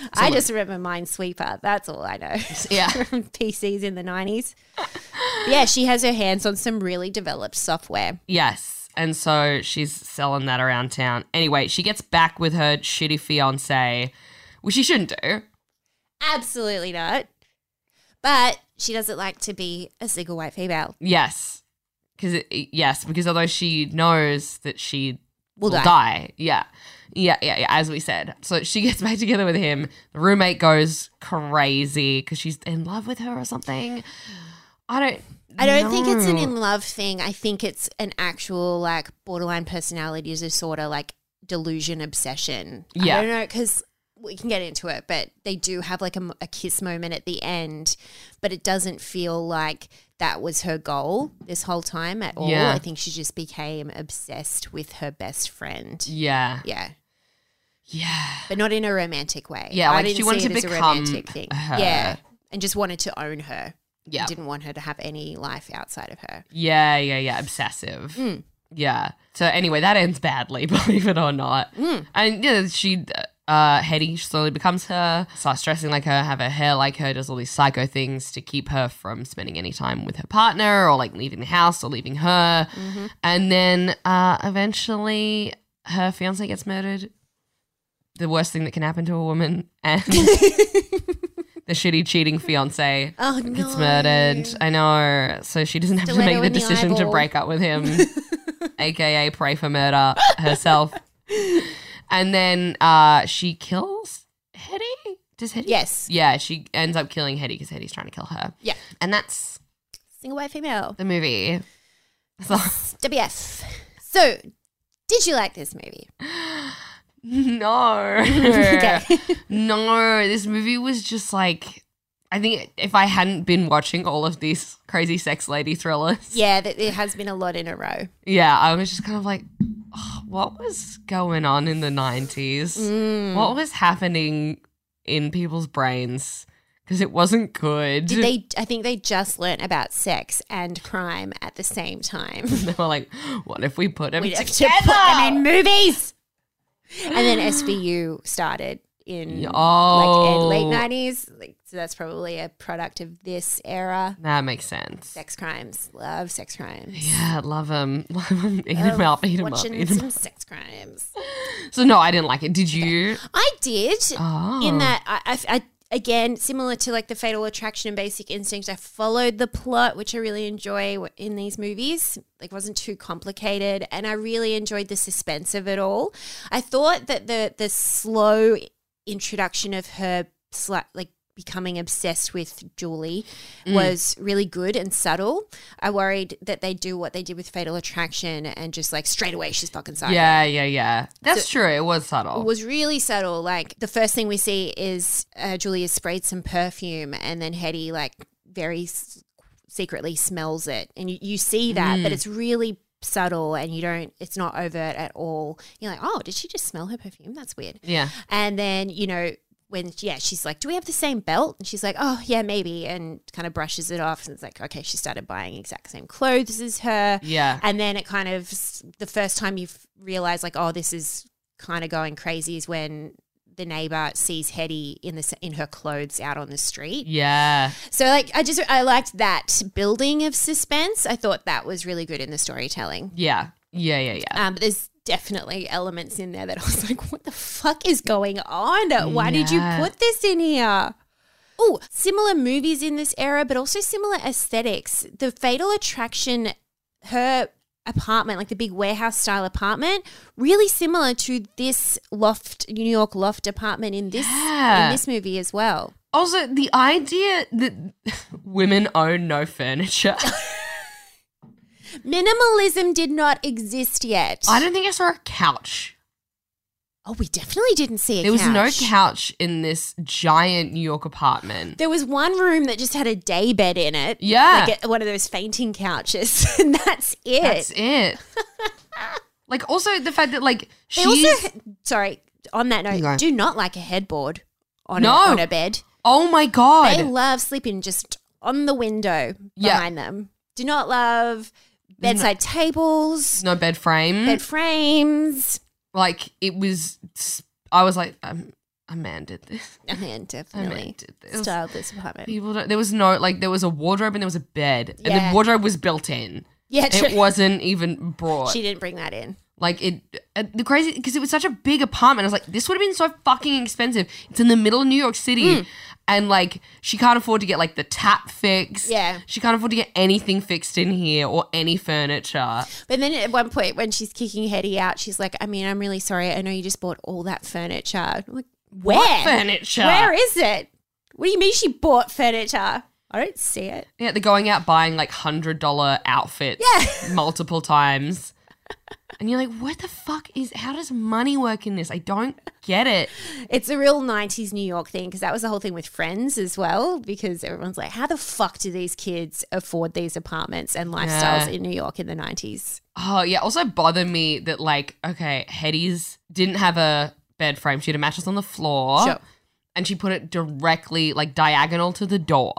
Speaker 2: Um,
Speaker 1: I just remember Minesweeper. That's all I know. (laughs)
Speaker 2: yeah.
Speaker 1: From PCs in the nineties. yeah, she has her hands on some really developed software.
Speaker 2: Yes. And so she's selling that around town. Anyway, she gets back with her shitty fiance, which she shouldn't do.
Speaker 1: Absolutely not. But she doesn't like to be a single white female.
Speaker 2: Yes. Because, yes, because although she knows that she
Speaker 1: Will
Speaker 2: will
Speaker 1: die.
Speaker 2: die. Yeah. Yeah, yeah, yeah, as we said. So she gets back together with him. The roommate goes crazy because she's in love with her or something. I don't.
Speaker 1: I don't think it's an
Speaker 2: know.
Speaker 1: in love thing. I think it's an actual like borderline personality disorder, like delusion obsession.
Speaker 2: Yeah.
Speaker 1: I don't know because we can get into it, but they do have like a, m- a kiss moment at the end, but it doesn't feel like that was her goal this whole time at all.
Speaker 2: Yeah.
Speaker 1: I think she just became obsessed with her best friend.
Speaker 2: Yeah.
Speaker 1: Yeah,
Speaker 2: Yeah.
Speaker 1: but not in a romantic way.
Speaker 2: Yeah,
Speaker 1: I
Speaker 2: like,
Speaker 1: didn't
Speaker 2: she wanted
Speaker 1: see
Speaker 2: to
Speaker 1: it as a
Speaker 2: become
Speaker 1: romantic thing.
Speaker 2: her.
Speaker 1: Yeah, and just wanted to own her.
Speaker 2: Yeah.
Speaker 1: Didn't want her to have any life outside of her.
Speaker 2: Yeah, yeah, yeah. Obsessive. Yeah. So anyway, that ends badly, (laughs) believe it or not. And yeah, she, uh, Hetty slowly becomes her, starts dressing like her, have her hair like her, does all these psycho things to keep her from spending any time with her partner or like leaving the house or leaving her. And then uh, eventually, her fiance gets murdered. The worst thing that can happen to a woman, and the shitty cheating fiance
Speaker 1: Oh,
Speaker 2: gets
Speaker 1: no.
Speaker 2: murdered. I know. So she doesn't have
Speaker 1: Stiletto
Speaker 2: to make the
Speaker 1: in the
Speaker 2: decision to
Speaker 1: eyeball.
Speaker 2: break up
Speaker 1: (laughs)
Speaker 2: with him, aka pray for murder herself. and then uh, she kills Hetty. Does Hetty?
Speaker 1: Yes.
Speaker 2: Yeah, she ends up killing Hetty because Hetty's trying to kill her.
Speaker 1: Yeah.
Speaker 2: And that's
Speaker 1: Single white female.
Speaker 2: the movie. So,
Speaker 1: WF. So, did you like this movie?
Speaker 2: (laughs) no.
Speaker 1: Okay.
Speaker 2: (laughs) No, this movie was just like. I think if I hadn't been watching all of these crazy sex lady thrillers,
Speaker 1: Yeah, that there has been a lot in a row.
Speaker 2: Yeah, I was just kind of like, "Ugh, what was going on in the 90s?
Speaker 1: Mm.
Speaker 2: What was happening in people's brains? Because it wasn't good.
Speaker 1: Did they? I think they just learnt about sex and crime at the same
Speaker 2: (laughs)
Speaker 1: time. (laughs)
Speaker 2: (laughs) They were like, what if we put them
Speaker 1: We'd have to
Speaker 2: together?
Speaker 1: put them in movies. And then SVU started in
Speaker 2: Oh.
Speaker 1: like in late nineties. Like, so that's probably a product of this era.
Speaker 2: (laughs) That makes sense.
Speaker 1: Sex crimes, love sex crimes.
Speaker 2: Yeah, love them. (laughs) Love them. Eat them up. Eat them up.
Speaker 1: Watching
Speaker 2: Eat 'em
Speaker 1: some sex crimes.
Speaker 2: up. So no, I didn't like it. Did you?
Speaker 1: I did
Speaker 2: Oh.
Speaker 1: in that I, I, I again similar to like the Fatal Attraction and Basic Instinct. I followed the plot, which I really enjoy w- in these movies. Like wasn't too complicated, and I really enjoyed the suspense of it all. I thought that the the slow introduction of her sli- like becoming obsessed with Julie
Speaker 2: Mm.
Speaker 1: was really good and subtle. I worried that they do what they did with Fatal Attraction and just like straight away she's fucking psycho.
Speaker 2: Yeah, yeah, yeah. That's true. It was subtle.
Speaker 1: It was really subtle. Like the first thing we see is uh, Julia sprayed some perfume, and then Hetty like very s- secretly smells it, and you, you see that, but it's really subtle, and you don't. It's not overt at all. You're like, oh, did she just smell her perfume? That's weird.
Speaker 2: yeah.
Speaker 1: And then you know when yeah, she's like, do we have the same belt? And she's like, oh yeah, maybe, and kind of brushes it off, and it's like, okay, she started buying exact same clothes as her.
Speaker 2: Yeah.
Speaker 1: And then it kind of the first time you realize like, oh, this is kind of going crazy is when the neighbor sees Hetty in this in her clothes out on the street.
Speaker 2: Yeah.
Speaker 1: So like I just I liked that building of suspense. I thought that was really good in the storytelling.
Speaker 2: Yeah. Yeah, yeah, yeah.
Speaker 1: Um, but there's definitely elements in there that I was (laughs) like, what the fuck is going on? Why did you
Speaker 2: Yeah.
Speaker 1: put this in here? Oh, similar movies in this era, but also similar aesthetics. The Fatal Attraction, her apartment, like the big warehouse style apartment, really similar to this loft, New York loft apartment in this
Speaker 2: Yeah.
Speaker 1: in this movie as well.
Speaker 2: Also, the idea that (laughs) women own
Speaker 1: (laughs)
Speaker 2: no furniture.
Speaker 1: Minimalism did not exist yet.
Speaker 2: I don't think I saw a couch.
Speaker 1: oh, we definitely didn't see it.
Speaker 2: There was no couch in this giant New York apartment.
Speaker 1: There was one room that just had a day bed in it.
Speaker 2: Yeah.
Speaker 1: Like a, one of those fainting couches. (laughs) and that's it.
Speaker 2: That's
Speaker 1: (laughs)
Speaker 2: it. like, also the fact that like
Speaker 1: They
Speaker 2: she's
Speaker 1: also, sorry, on that note,
Speaker 2: You go.
Speaker 1: do not like a headboard on,
Speaker 2: No.
Speaker 1: a, on a bed.
Speaker 2: oh my
Speaker 1: They
Speaker 2: god,
Speaker 1: love sleeping just on the window
Speaker 2: Yeah.
Speaker 1: behind them. Do not love bedside tables,
Speaker 2: no bed frame.
Speaker 1: bed frames. (laughs)
Speaker 2: like it was. I was like, um, a man did
Speaker 1: (laughs)
Speaker 2: this.
Speaker 1: I mean, definitely
Speaker 2: did this.
Speaker 1: styled this apartment.
Speaker 2: People don't. There was no like. There was a wardrobe and there was a bed, and
Speaker 1: Yeah.
Speaker 2: the wardrobe was built in.
Speaker 1: Yeah,
Speaker 2: It
Speaker 1: true.
Speaker 2: wasn't even broad.
Speaker 1: She didn't bring that in.
Speaker 2: Like it, uh, the crazy because it was such a big apartment. I was like, this would have been so fucking expensive. It's in the middle of New York City,
Speaker 1: Mm.
Speaker 2: and like she can't afford to get like the tap fixed.
Speaker 1: Yeah.
Speaker 2: she can't afford to get anything fixed in here or any furniture.
Speaker 1: But then at one point when she's kicking Hetty out, she's like, I mean, I'm really sorry. I know you just bought all that furniture. I'm like, where?
Speaker 2: Furniture.
Speaker 1: Where is it? What do you mean she bought furniture? I don't see it.
Speaker 2: Yeah, they're going out buying like hundred dollar outfits (laughs) multiple times. And you're like, what the fuck is? How does money work in this? I don't get it.
Speaker 1: It's a real 90s New York thing because that was the whole thing with friends as well. Because everyone's like, how the fuck do these kids afford these apartments and lifestyles
Speaker 2: Yeah.
Speaker 1: in New York in the 90s?
Speaker 2: Oh yeah. Also bother me that like okay, Hetty's didn't have a bed frame. She had a mattress on the floor.
Speaker 1: Sure.
Speaker 2: And she put it directly like diagonal to the door,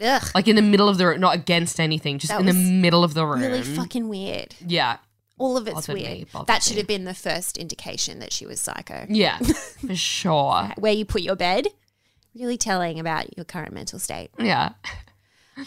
Speaker 1: Ugh,
Speaker 2: like in the middle of the room, not against anything, just
Speaker 1: That
Speaker 2: in the
Speaker 1: was
Speaker 2: middle of the room.
Speaker 1: really fucking weird.
Speaker 2: yeah.
Speaker 1: All of it's
Speaker 2: Bothered me,
Speaker 1: weird.
Speaker 2: bothered
Speaker 1: that should
Speaker 2: me.
Speaker 1: have been the first indication that she was psycho. (laughs)
Speaker 2: Yeah, for sure.
Speaker 1: Where you put your bed, really telling about your current mental state.
Speaker 2: Yeah.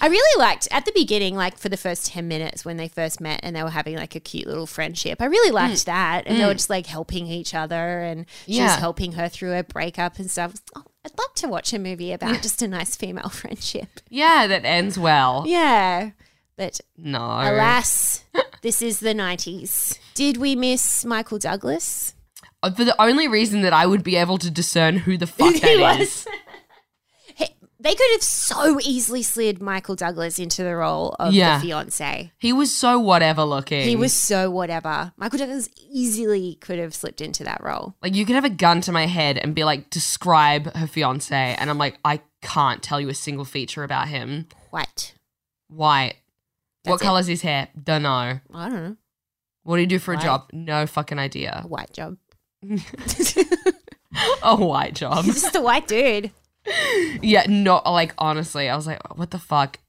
Speaker 1: I really liked at the beginning, like for the first 10 minutes when they first met and they were having like a cute little friendship. I really liked that. And they were just like helping each other and she was
Speaker 2: Mm. Yeah.
Speaker 1: helping her through her breakup and stuff. Oh, I'd love to watch a movie about just a nice female (laughs) friendship.
Speaker 2: Yeah, that ends well.
Speaker 1: Yeah. But
Speaker 2: No.
Speaker 1: alas, this is the 90s. Did we miss Michael Douglas?
Speaker 2: Uh, For the only reason that I would be able to discern
Speaker 1: (laughs)
Speaker 2: who the fuck
Speaker 1: He
Speaker 2: that is.
Speaker 1: was. He- They could have so easily slid Michael Douglas into the role of
Speaker 2: Yeah.
Speaker 1: the fiance.
Speaker 2: He was so whatever looking.
Speaker 1: He was so whatever. Michael Douglas easily could have slipped into that role.
Speaker 2: like you could have a gun to my head and be like, describe her fiance, and I'm like, I can't tell you a single feature about him.
Speaker 1: White.
Speaker 2: White. what
Speaker 1: That's it.
Speaker 2: color's his hair? Don't know.
Speaker 1: I don't know.
Speaker 2: What do you do for
Speaker 1: White.
Speaker 2: a job? No fucking
Speaker 1: A
Speaker 2: idea.
Speaker 1: white job.
Speaker 2: (laughs) a white
Speaker 1: (laughs)
Speaker 2: job.
Speaker 1: He's just a white dude.
Speaker 2: yeah, not like honestly. I was like, what the fuck?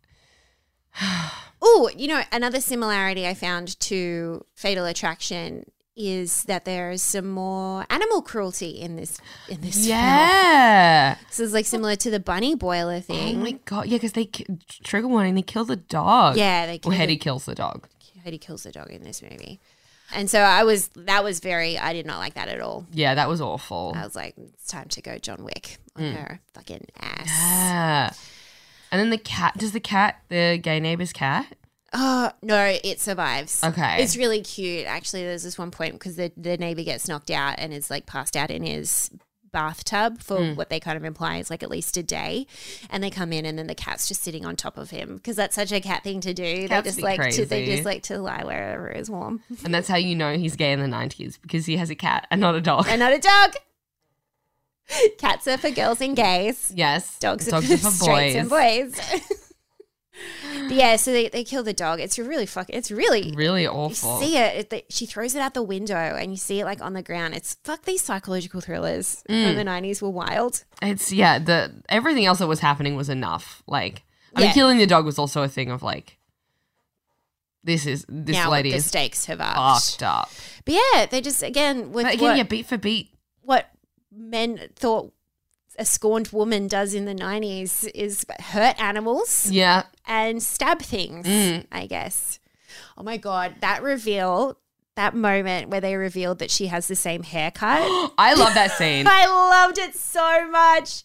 Speaker 1: Oh, you know, another similarity I found to Fatal Attraction is that there is some more animal cruelty in this in this film.
Speaker 2: Yeah.
Speaker 1: This is like similar to the bunny boiler
Speaker 2: Oh
Speaker 1: thing.
Speaker 2: my god. Yeah, because they ki- trigger warning. They kill the dog.
Speaker 1: yeah, they
Speaker 2: Well,
Speaker 1: killed
Speaker 2: Hetty
Speaker 1: the-
Speaker 2: kills the dog.
Speaker 1: Hetty kills the dog in this movie. And so I was that was very I did not like that at all.
Speaker 2: Yeah, that was awful.
Speaker 1: I was like, it's time to go John Wick on her fucking ass.
Speaker 2: Hmm. Yeah. And then the cat. Does the cat, the gay neighbor's cat?
Speaker 1: Oh no, it survives.
Speaker 2: Okay.
Speaker 1: it's really cute. Actually, there's this one point because the the neighbor gets knocked out and is like passed out in his bathtub for what they kind of imply is like at least a day, and they come in and then the cat's just sitting on top of him because that's such a cat thing to do.
Speaker 2: Cats
Speaker 1: they just
Speaker 2: be
Speaker 1: like to they
Speaker 2: crazy.
Speaker 1: just like to lie wherever is warm. (laughs)
Speaker 2: And that's how you know he's gay in the 90s because he has a cat and not a dog.
Speaker 1: and not a dog. Cats are for girls and gays.
Speaker 2: yes.
Speaker 1: Dogs, (laughs) are for, straights and boys. (laughs) But yeah, so they, they kill the dog. It's really fuck. It's really
Speaker 2: Really
Speaker 1: You
Speaker 2: awful.
Speaker 1: see it. it they, she throws it out the window, and you see it like on the ground. It's fuck these psychological thrillers
Speaker 2: Mm.
Speaker 1: from the nineties were wild.
Speaker 2: It's yeah, the everything else that was happening was enough. Like I
Speaker 1: Yeah.
Speaker 2: mean killing the dog was also a thing of like this is this
Speaker 1: now
Speaker 2: lady
Speaker 1: the
Speaker 2: is
Speaker 1: stakes have upped.
Speaker 2: fucked up.
Speaker 1: But yeah, they just again with
Speaker 2: But again,
Speaker 1: what,
Speaker 2: yeah, beat for beat.
Speaker 1: what men thought a scorned woman does in the nineties is hurt animals.
Speaker 2: Yeah. (gasps)
Speaker 1: and stab things,
Speaker 2: Mm.
Speaker 1: I guess. Oh my God, that reveal, that moment where they revealed that she has the same haircut.
Speaker 2: I love (gasps) that
Speaker 1: (laughs)
Speaker 2: scene.
Speaker 1: I loved it so much.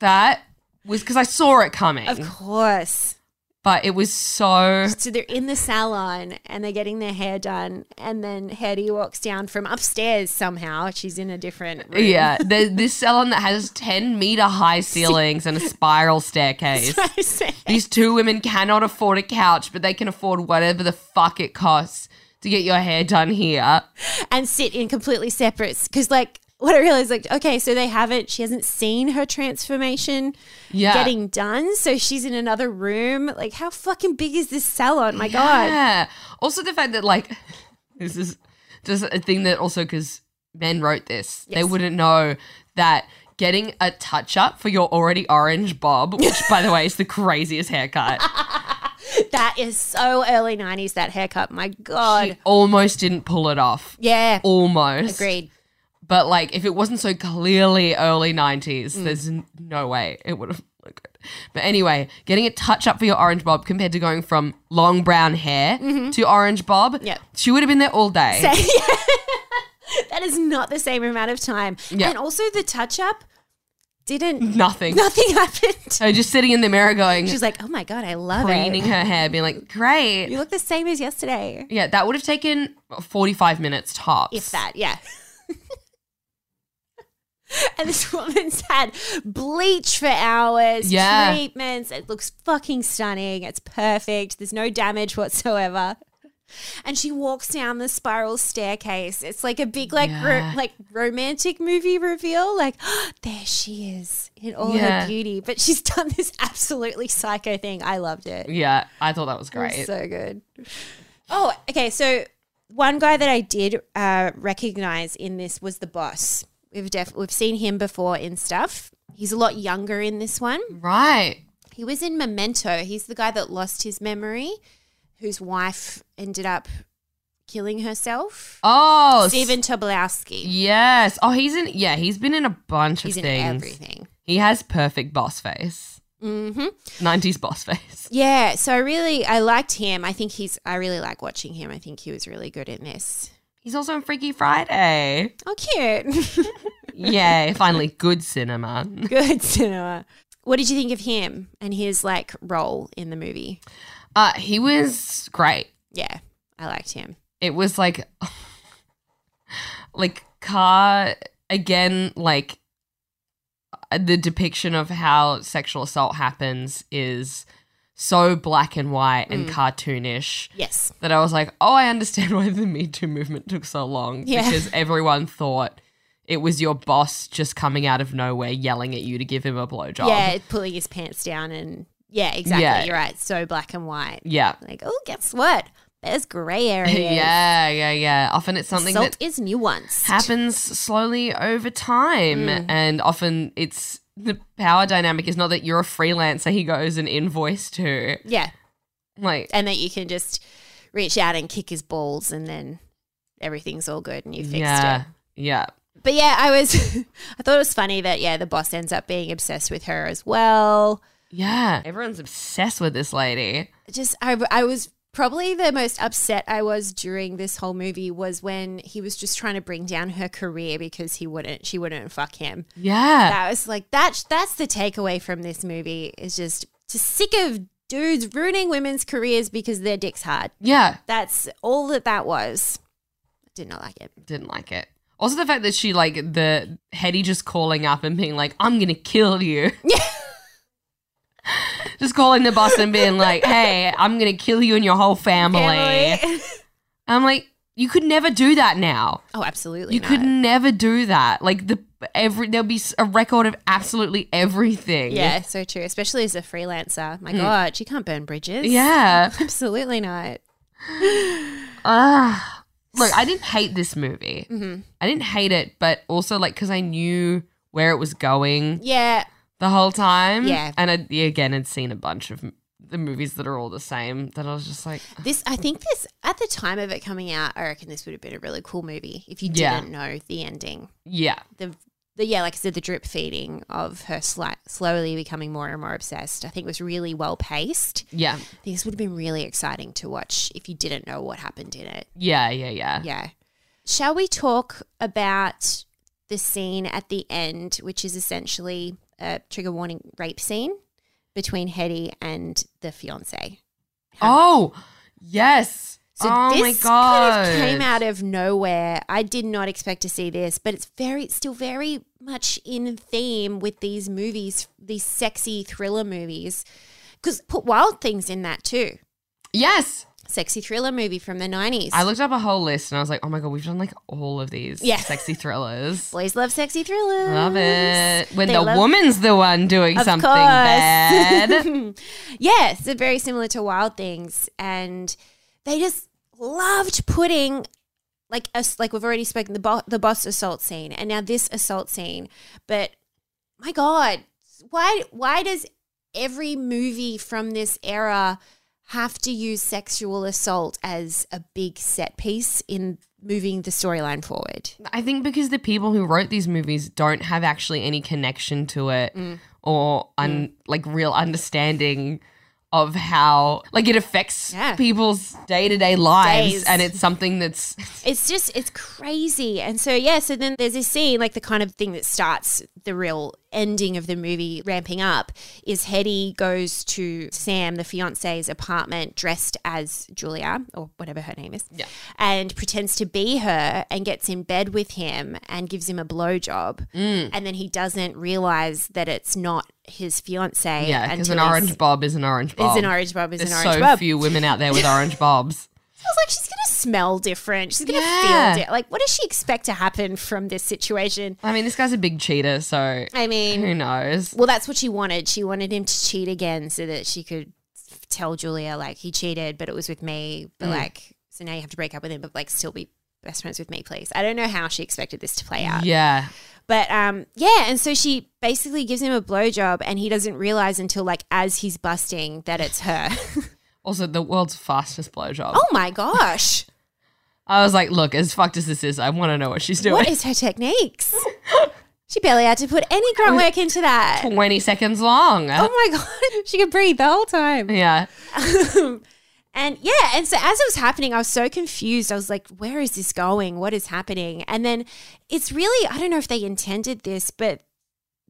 Speaker 2: that was because I saw it coming.
Speaker 1: Of course.
Speaker 2: But it was so
Speaker 1: (laughs) So they're in the salon and they're getting their hair done. And then Hetty walks down from upstairs somehow. She's in a different room.
Speaker 2: Yeah. There's this salon that has ten meter high ceilings and a spiral staircase.
Speaker 1: That's what (laughs) I said.
Speaker 2: These two women cannot afford a couch, but they can afford whatever the fuck it costs to get your hair done here.
Speaker 1: and sit in completely separate. Because, like, what I realized, like, okay, so they haven't, she hasn't seen her transformation.
Speaker 2: Yeah.
Speaker 1: getting done. So she's in another room. Like, how fucking big is this salon? My God.
Speaker 2: Yeah. Also, the fact that like (laughs) this is just a thing that also because men wrote this, they wouldn't know that getting a touch up for your already orange bob, which by the way is the craziest haircut,
Speaker 1: That is so early 90s, that haircut. My God.
Speaker 2: he almost didn't pull it off.
Speaker 1: yeah.
Speaker 2: Almost.
Speaker 1: Agreed.
Speaker 2: But like, if it wasn't so clearly early 90s,
Speaker 1: Mm.
Speaker 2: there's n- no way it would have looked good. But anyway, getting a touch up for your orange bob compared to going from long brown hair
Speaker 1: Mm-hmm.
Speaker 2: to orange bob,
Speaker 1: Yep.
Speaker 2: she would have been there all day.
Speaker 1: That is not the same amount of time.
Speaker 2: Yeah.
Speaker 1: And also the touch up didn't, (laughs)
Speaker 2: Nothing.
Speaker 1: nothing happened.
Speaker 2: So just sitting in the mirror going,
Speaker 1: She's like, oh my God, I love
Speaker 2: preening
Speaker 1: it.
Speaker 2: her hair, being like, great.
Speaker 1: You look the same as yesterday.
Speaker 2: Yeah, that would have taken 45 minutes tops.
Speaker 1: If that, yeah. (laughs) and this woman's had bleach for hours,
Speaker 2: Yeah.
Speaker 1: treatments. It looks fucking stunning. It's perfect. There's no damage whatsoever. And she walks down the spiral staircase. It's like a big, like, ro-
Speaker 2: Yeah.
Speaker 1: like romantic movie reveal. Like, (gasps) there she is in all
Speaker 2: Yeah.
Speaker 1: her beauty. But she's done this absolutely psycho thing. I loved it.
Speaker 2: Yeah, I thought that was
Speaker 1: It was
Speaker 2: great.
Speaker 1: So good. Oh, okay. So one guy that I did uh, recognize in this was the boss. We've def- we've seen him before in stuff. He's a lot younger in this one.
Speaker 2: right.
Speaker 1: He was in Memento. He's the guy that lost his memory, whose wife ended up killing herself.
Speaker 2: Oh, s-
Speaker 1: Stephen Tobolowsky.
Speaker 2: Yes. Oh, he's in. Yeah, he's been in a bunch
Speaker 1: He's
Speaker 2: of
Speaker 1: in
Speaker 2: things.
Speaker 1: everything.
Speaker 2: He has perfect boss face.
Speaker 1: hmm
Speaker 2: Nineties boss face.
Speaker 1: Yeah, so I really I liked him. I think he's I really like watching him. I think he was really good in this.
Speaker 2: He's also in Freaky Friday.
Speaker 1: Oh, cute. (laughs)
Speaker 2: Yay! Finally, good cinema.
Speaker 1: good cinema. What did you think of him and his like role in the movie?
Speaker 2: Uh, he was great.
Speaker 1: Yeah, I liked him.
Speaker 2: It was like, like car again. Like the depiction of how sexual assault happens is so black and white and cartoonish.
Speaker 1: Yes.
Speaker 2: that I was like, oh, I understand (laughs) why the Me Too movement took so long
Speaker 1: Yeah.
Speaker 2: because everyone thought it was your boss just coming out of nowhere yelling at you to give him a blowjob.
Speaker 1: Yeah, pulling his pants down and yeah, exactly.
Speaker 2: Yeah.
Speaker 1: You're right. So black and white.
Speaker 2: Yeah.
Speaker 1: Like, oh, guess what? There's grey areas.
Speaker 2: (laughs) Yeah, yeah, yeah. Often it's something
Speaker 1: Salt
Speaker 2: that
Speaker 1: is nuanced.
Speaker 2: happens slowly over time.
Speaker 1: Mm.
Speaker 2: And often it's the power dynamic is not that you're a freelancer he goes and invoice to.
Speaker 1: Yeah,
Speaker 2: Like,
Speaker 1: and that you can just reach out and kick his balls, and then everything's all good, and you fixed
Speaker 2: yeah,
Speaker 1: it.
Speaker 2: yeah.
Speaker 1: But yeah, I was. (laughs) I thought it was funny that yeah, the boss ends up being obsessed with her as well.
Speaker 2: Yeah. Everyone's obsessed with this lady.
Speaker 1: just I, I was probably the most upset I was during this whole movie was when he was just trying to bring down her career because he wouldn't she wouldn't fuck him.
Speaker 2: Yeah.
Speaker 1: That was like that that's the takeaway from this movie is just just sick of dudes ruining women's careers because their dick's hard.
Speaker 2: yeah.
Speaker 1: That's all that that was. Did not like it.
Speaker 2: didn't like it. Also, the fact that she like the Hetty just calling up and being like, "I'm gonna kill you." just calling the boss and being like, "Hey, I'm gonna kill you and your whole family."
Speaker 1: Emily.
Speaker 2: I'm like, you could never do that now.
Speaker 1: oh, absolutely.
Speaker 2: You
Speaker 1: not.
Speaker 2: could never do that. Like the every there'll be s- a record of absolutely everything.
Speaker 1: Yeah, so true. Especially as a freelancer. My God, she can't burn bridges.
Speaker 2: Mm. Yeah.
Speaker 1: Absolutely not.
Speaker 2: Ah. Look, I didn't hate this movie. I didn't hate it, but also like because I knew where it was going.
Speaker 1: Yeah.
Speaker 2: the whole time.
Speaker 1: Yeah.
Speaker 2: And I, yeah, again, had seen a bunch of m- the movies that are all the same that I was just like,
Speaker 1: This, I think this, at the time of it coming out, I reckon this would have been a really cool movie if you
Speaker 2: Yeah.
Speaker 1: didn't know the ending.
Speaker 2: yeah,
Speaker 1: The, the yeah, like I said, the drip feeding of her sli- slowly becoming more and more obsessed, I think was really well paced.
Speaker 2: yeah,
Speaker 1: I think this would have been really exciting to watch if you didn't know what happened in it.
Speaker 2: yeah, yeah, yeah.
Speaker 1: Yeah. Shall we talk about the scene at the end, which is essentially a trigger warning rape scene between Hetty and the fiance?
Speaker 2: Oh, yes.
Speaker 1: So
Speaker 2: oh
Speaker 1: this
Speaker 2: my god.
Speaker 1: kind of came out of nowhere. I did not expect to see this, but it's very it's still very much in theme with these movies, these sexy thriller movies. Because put Wild Things in that too.
Speaker 2: Yes.
Speaker 1: Sexy thriller movie from the 90s.
Speaker 2: I looked up a whole list and I was like, oh my god, we've done like all of these
Speaker 1: Yeah. (laughs)
Speaker 2: sexy thrillers.
Speaker 1: Boys love sexy thrillers.
Speaker 2: Love it. When
Speaker 1: They
Speaker 2: the
Speaker 1: love-
Speaker 2: woman's the one doing
Speaker 1: Of
Speaker 2: something
Speaker 1: course. (laughs)
Speaker 2: bad.
Speaker 1: yes, they're very similar to Wild Things, and they just loved putting like us like we've already spoken the bo- the boss assault scene, and now this assault scene. But my God, why why does every movie from this era have to use sexual assault as a big set piece in moving the storyline forward?
Speaker 2: I think because the people who wrote these movies don't have actually any connection to it
Speaker 1: Mm.
Speaker 2: or un- like real understanding of how like it affects
Speaker 1: Yeah.
Speaker 2: people's day-to-day lives
Speaker 1: Days.
Speaker 2: and it's
Speaker 1: (laughs)
Speaker 2: something that's
Speaker 1: It's just it's crazy. And so yeah, so then there's this scene, like the kind of thing that starts the real ending of the movie ramping up is Hetty goes to Sam, the fiance's apartment, dressed as Julia or whatever her name is.
Speaker 2: Yeah.
Speaker 1: And pretends to be her and gets in bed with him and gives him a blowjob.
Speaker 2: Mm.
Speaker 1: And then he doesn't realize that it's not his fiance.
Speaker 2: yeah because an
Speaker 1: until he's-
Speaker 2: orange bob is an orange bob
Speaker 1: is an orange bob is
Speaker 2: there's
Speaker 1: an orange
Speaker 2: so
Speaker 1: bob.
Speaker 2: few women
Speaker 1: (laughs)
Speaker 2: out there with orange bobs
Speaker 1: I was like, she's gonna smell different. She's gonna
Speaker 2: Yeah.
Speaker 1: feel different. Like, what does she expect to happen from this situation?
Speaker 2: i mean this guy's a big cheater so
Speaker 1: I mean,
Speaker 2: who knows
Speaker 1: well, that's what she wanted. She wanted him to cheat again so that she could tell Julia like he cheated, but it was with me.
Speaker 2: Mm.
Speaker 1: But like, so now you have to break up with him, but like, still be best friends with me, please. I don't know how she expected this to play out.
Speaker 2: yeah
Speaker 1: But um, yeah, and so she
Speaker 2: (laughs)
Speaker 1: basically gives him a blowjob, and he doesn't realize until like as he's busting that it's her.
Speaker 2: Also, the world's fastest blowjob.
Speaker 1: Oh my gosh.
Speaker 2: I was like, look, as fucked as this is, I want to know what she's doing. (laughs)
Speaker 1: What is her techniques? she barely had to put any grunt work into that.
Speaker 2: 20 seconds long.
Speaker 1: Oh my god, (laughs) she could breathe the whole time.
Speaker 2: Yeah.
Speaker 1: And yeah, and so as it was happening, I was so confused. I was like, where is this going? What is happening? And then it's really, I don't know if they intended this, but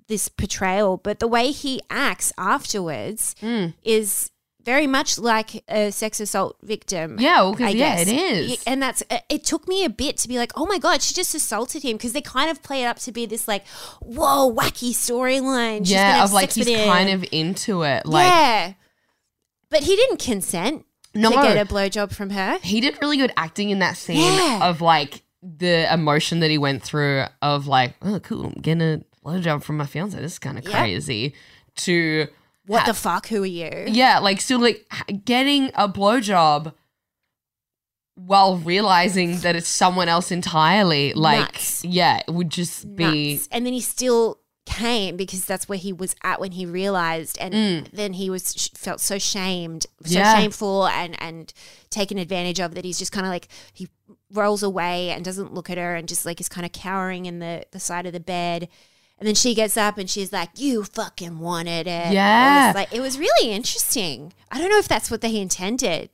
Speaker 1: this portrayal, but the way he acts afterwards
Speaker 2: Mm.
Speaker 1: is very much like a sex assault victim.
Speaker 2: Yeah, well, 'cause,
Speaker 1: I
Speaker 2: yeah,
Speaker 1: guess.
Speaker 2: it is.
Speaker 1: Y- And that's, uh, it took me a bit to be like, oh my God, she just assaulted him. Because they kind of play it up to be this like, whoa, wacky storyline. She's gonna
Speaker 2: yeah, of like
Speaker 1: slip
Speaker 2: he's
Speaker 1: it in.
Speaker 2: kind of into it. Like
Speaker 1: yeah. But he didn't consent
Speaker 2: No.
Speaker 1: to get a blowjob from her.
Speaker 2: he did really good acting in that scene
Speaker 1: Yeah.
Speaker 2: of like the emotion that he went through of like, oh cool, I'm getting a blowjob from my fiance. This is kind of
Speaker 1: Yeah.
Speaker 2: crazy. To
Speaker 1: What the fuck? Who are you?
Speaker 2: yeah, like still like h- getting a blowjob while realizing that it's someone else entirely. Like
Speaker 1: Nuts.
Speaker 2: yeah, it would just be
Speaker 1: Nuts. And then he still came because that's where he was at when he realized, and then he was sh- felt so shamed, so
Speaker 2: Mm. Yeah.
Speaker 1: shameful, and and taken advantage of that he's just kind of like he rolls away and doesn't look at her and just like is kind of cowering in the the side of the bed. And then she gets up and she's like, "You fucking wanted it." I was
Speaker 2: Yeah.
Speaker 1: like it was really interesting. I don't know if that's what they intended,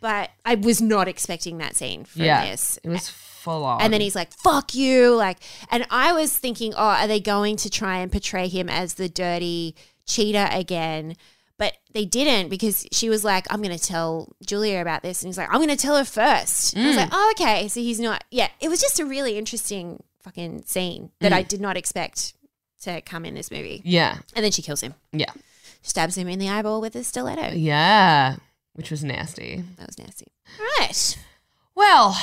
Speaker 1: but I was not expecting that scene from
Speaker 2: Mm. yeah,
Speaker 1: this.
Speaker 2: it was full on.
Speaker 1: And then he's like, fuck you. Like, and I was thinking, oh, are they going to try and portray him as the dirty cheater again? But they didn't because she was like, I'm going to tell Julia about this. And he's like, I'm going to tell her first. And I was like, oh, okay. So he's not, yeah. It was just a really interesting fucking scene that I did not expect to come in this movie.
Speaker 2: yeah,
Speaker 1: And then she kills him,
Speaker 2: yeah,
Speaker 1: stabs him in the eyeball with a stiletto.
Speaker 2: yeah, which was nasty.
Speaker 1: That was nasty. All right.
Speaker 2: Well,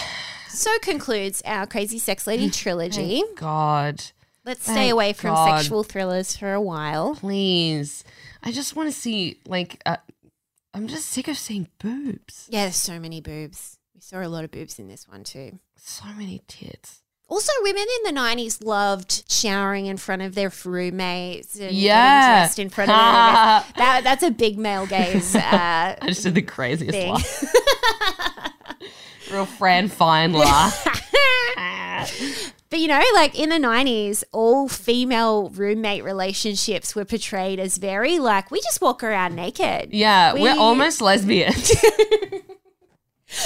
Speaker 1: So concludes our Crazy Sex Lady trilogy.
Speaker 2: thank God.
Speaker 1: Let's stay
Speaker 2: Thank
Speaker 1: away from
Speaker 2: God.
Speaker 1: sexual thrillers for a while.
Speaker 2: please. I just want to see, like, uh, I'm just sick of seeing boobs.
Speaker 1: Yeah, there's so many boobs. We saw a lot of boobs in this one too.
Speaker 2: So many tits.
Speaker 1: Also, women in the 90s loved showering in front of their roommates and
Speaker 2: Yeah.
Speaker 1: getting dressed in
Speaker 2: (laughs)
Speaker 1: front of their roommates. That, that's a big male gaze. Uh,
Speaker 2: I just did the craziest
Speaker 1: Thing.
Speaker 2: laugh. Real Fran Fine (laughs) laugh.
Speaker 1: but you know, like in the 90s, all female roommate relationships were portrayed as very like, we just walk around naked.
Speaker 2: Yeah, we- are
Speaker 1: We-
Speaker 2: almost lesbians.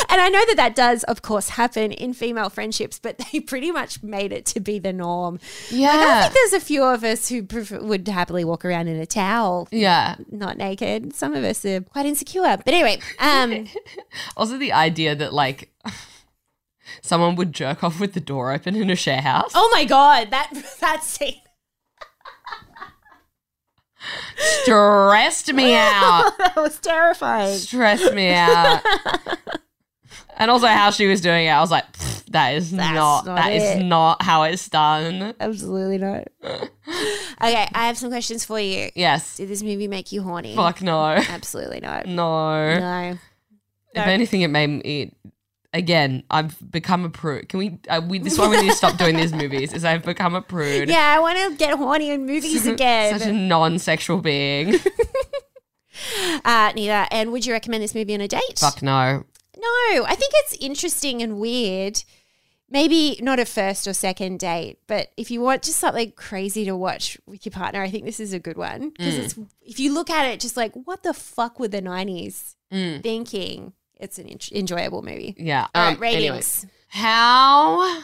Speaker 1: And I know that that does, of course, happen in female friendships, but (laughs) they pretty much made it to be the norm. Like, I
Speaker 2: (laughs) yeah.
Speaker 1: think there's a few of us who prefer, would happily walk around in a towel,
Speaker 2: Yeah.
Speaker 1: not naked. Some of us are quite insecure. But anyway,
Speaker 2: (laughs)
Speaker 1: um,
Speaker 2: Also, the idea that, like, someone would jerk off with the door open in a share house.
Speaker 1: oh my god, that (laughs) that scene.
Speaker 2: Stressed (laughs) me out.
Speaker 1: That was terrifying.
Speaker 2: Stressed
Speaker 1: (laughs)
Speaker 2: me out. and also, how she was doing it, I was like, "Pfft, that is
Speaker 1: That's
Speaker 2: not,
Speaker 1: not
Speaker 2: that is
Speaker 1: it."
Speaker 2: not how it's done.
Speaker 1: Absolutely not. (laughs) Okay, I have some questions for you.
Speaker 2: Yes.
Speaker 1: Did this movie make you horny?
Speaker 2: Fuck Mm. no.
Speaker 1: Absolutely not.
Speaker 2: No.
Speaker 1: No.
Speaker 2: If anything, it made me. Again, I've become a prude. Can we? Uh, we this is why we need to stop doing these movies. Is I've become a prude.
Speaker 1: Yeah, I want to get horny in movies
Speaker 2: (laughs) Such a
Speaker 1: again.
Speaker 2: non-sexual
Speaker 1: (laughs)
Speaker 2: being.
Speaker 1: Uh, neither. And would you recommend this movie on a date?
Speaker 2: Fuck no.
Speaker 1: No, I think it's interesting and weird. Maybe not a first or second date, but if you want just something crazy to watch with your partner, I think this is a good one because
Speaker 2: Mm.
Speaker 1: it's if you look at it, just like what the fuck were the nineties thinking? It's an en- enjoyable movie.
Speaker 2: Yeah.
Speaker 1: All right,
Speaker 2: Mm. Um, anyway.
Speaker 1: ratings:
Speaker 2: How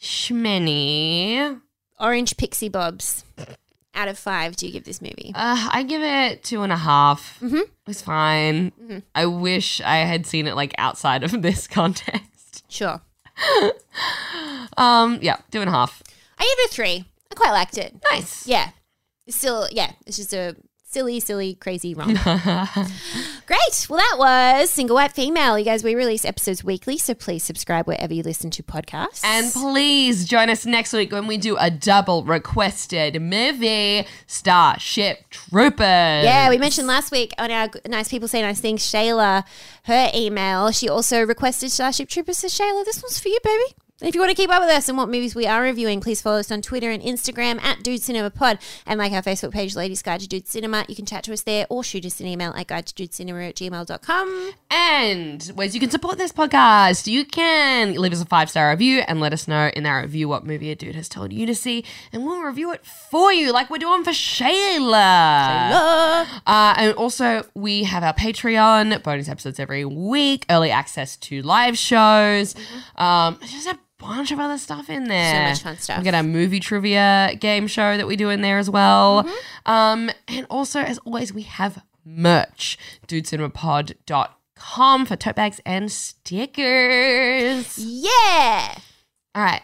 Speaker 2: shmany?
Speaker 1: Orange Pixie Bobs. Out of five, do you give this movie?
Speaker 2: Uh, I give it two and a half. It was fine. I wish I had seen it like outside of (laughs) this context.
Speaker 1: Sure,
Speaker 2: Um, yeah, two and a half.
Speaker 1: I give it a three. I quite liked it.
Speaker 2: Nice.
Speaker 1: Yeah, it's still yeah, it's just a silly, silly, crazy rom. Great. Well, that was Single White Female. You guys, we release episodes weekly, so please subscribe wherever you listen to podcasts.
Speaker 2: And please join us next week when we do a double requested movie, Starship Troopers.
Speaker 1: yeah, we mentioned last week on our Nice People Say Nice Things, Shayla, her email, she also requested Starship Troopers. So, Shayla, this one's for you, baby. If you want to keep up with us and what movies we are reviewing, please follow us on Twitter and Instagram at Dude Cinema Pod and like our Facebook page, Ladies Guide to Dude Cinema. You can chat to us there or shoot us an email at guide to dude cinema at gmail.com.
Speaker 2: And ways you can support this podcast. You can leave us a five star review and let us know in our review what movie a dude has told you to see, and we'll review it for you, like we're doing for Shayla. Uh, and also, we have our Patreon bonus episodes every week, early access to live shows. Um, there's just a bunch of other stuff in there.
Speaker 1: Mm-hmm. much fun stuff.
Speaker 2: We got our movie trivia game show that we do in there as well.
Speaker 1: Mm-hmm.
Speaker 2: Um, and also, as always, we have merch, dudecinemapod.com for tote bags and stickers.
Speaker 1: Yeah.
Speaker 2: All right,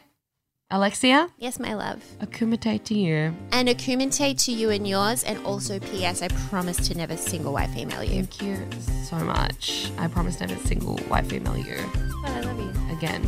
Speaker 2: Alexia,
Speaker 1: Yes, my love.
Speaker 2: akumite to you.
Speaker 1: And a kumite to you and yours. And also, P.S. I promise to never single wife email you.
Speaker 2: Thank you so much. I promise never single white female you
Speaker 1: I love you.
Speaker 2: again.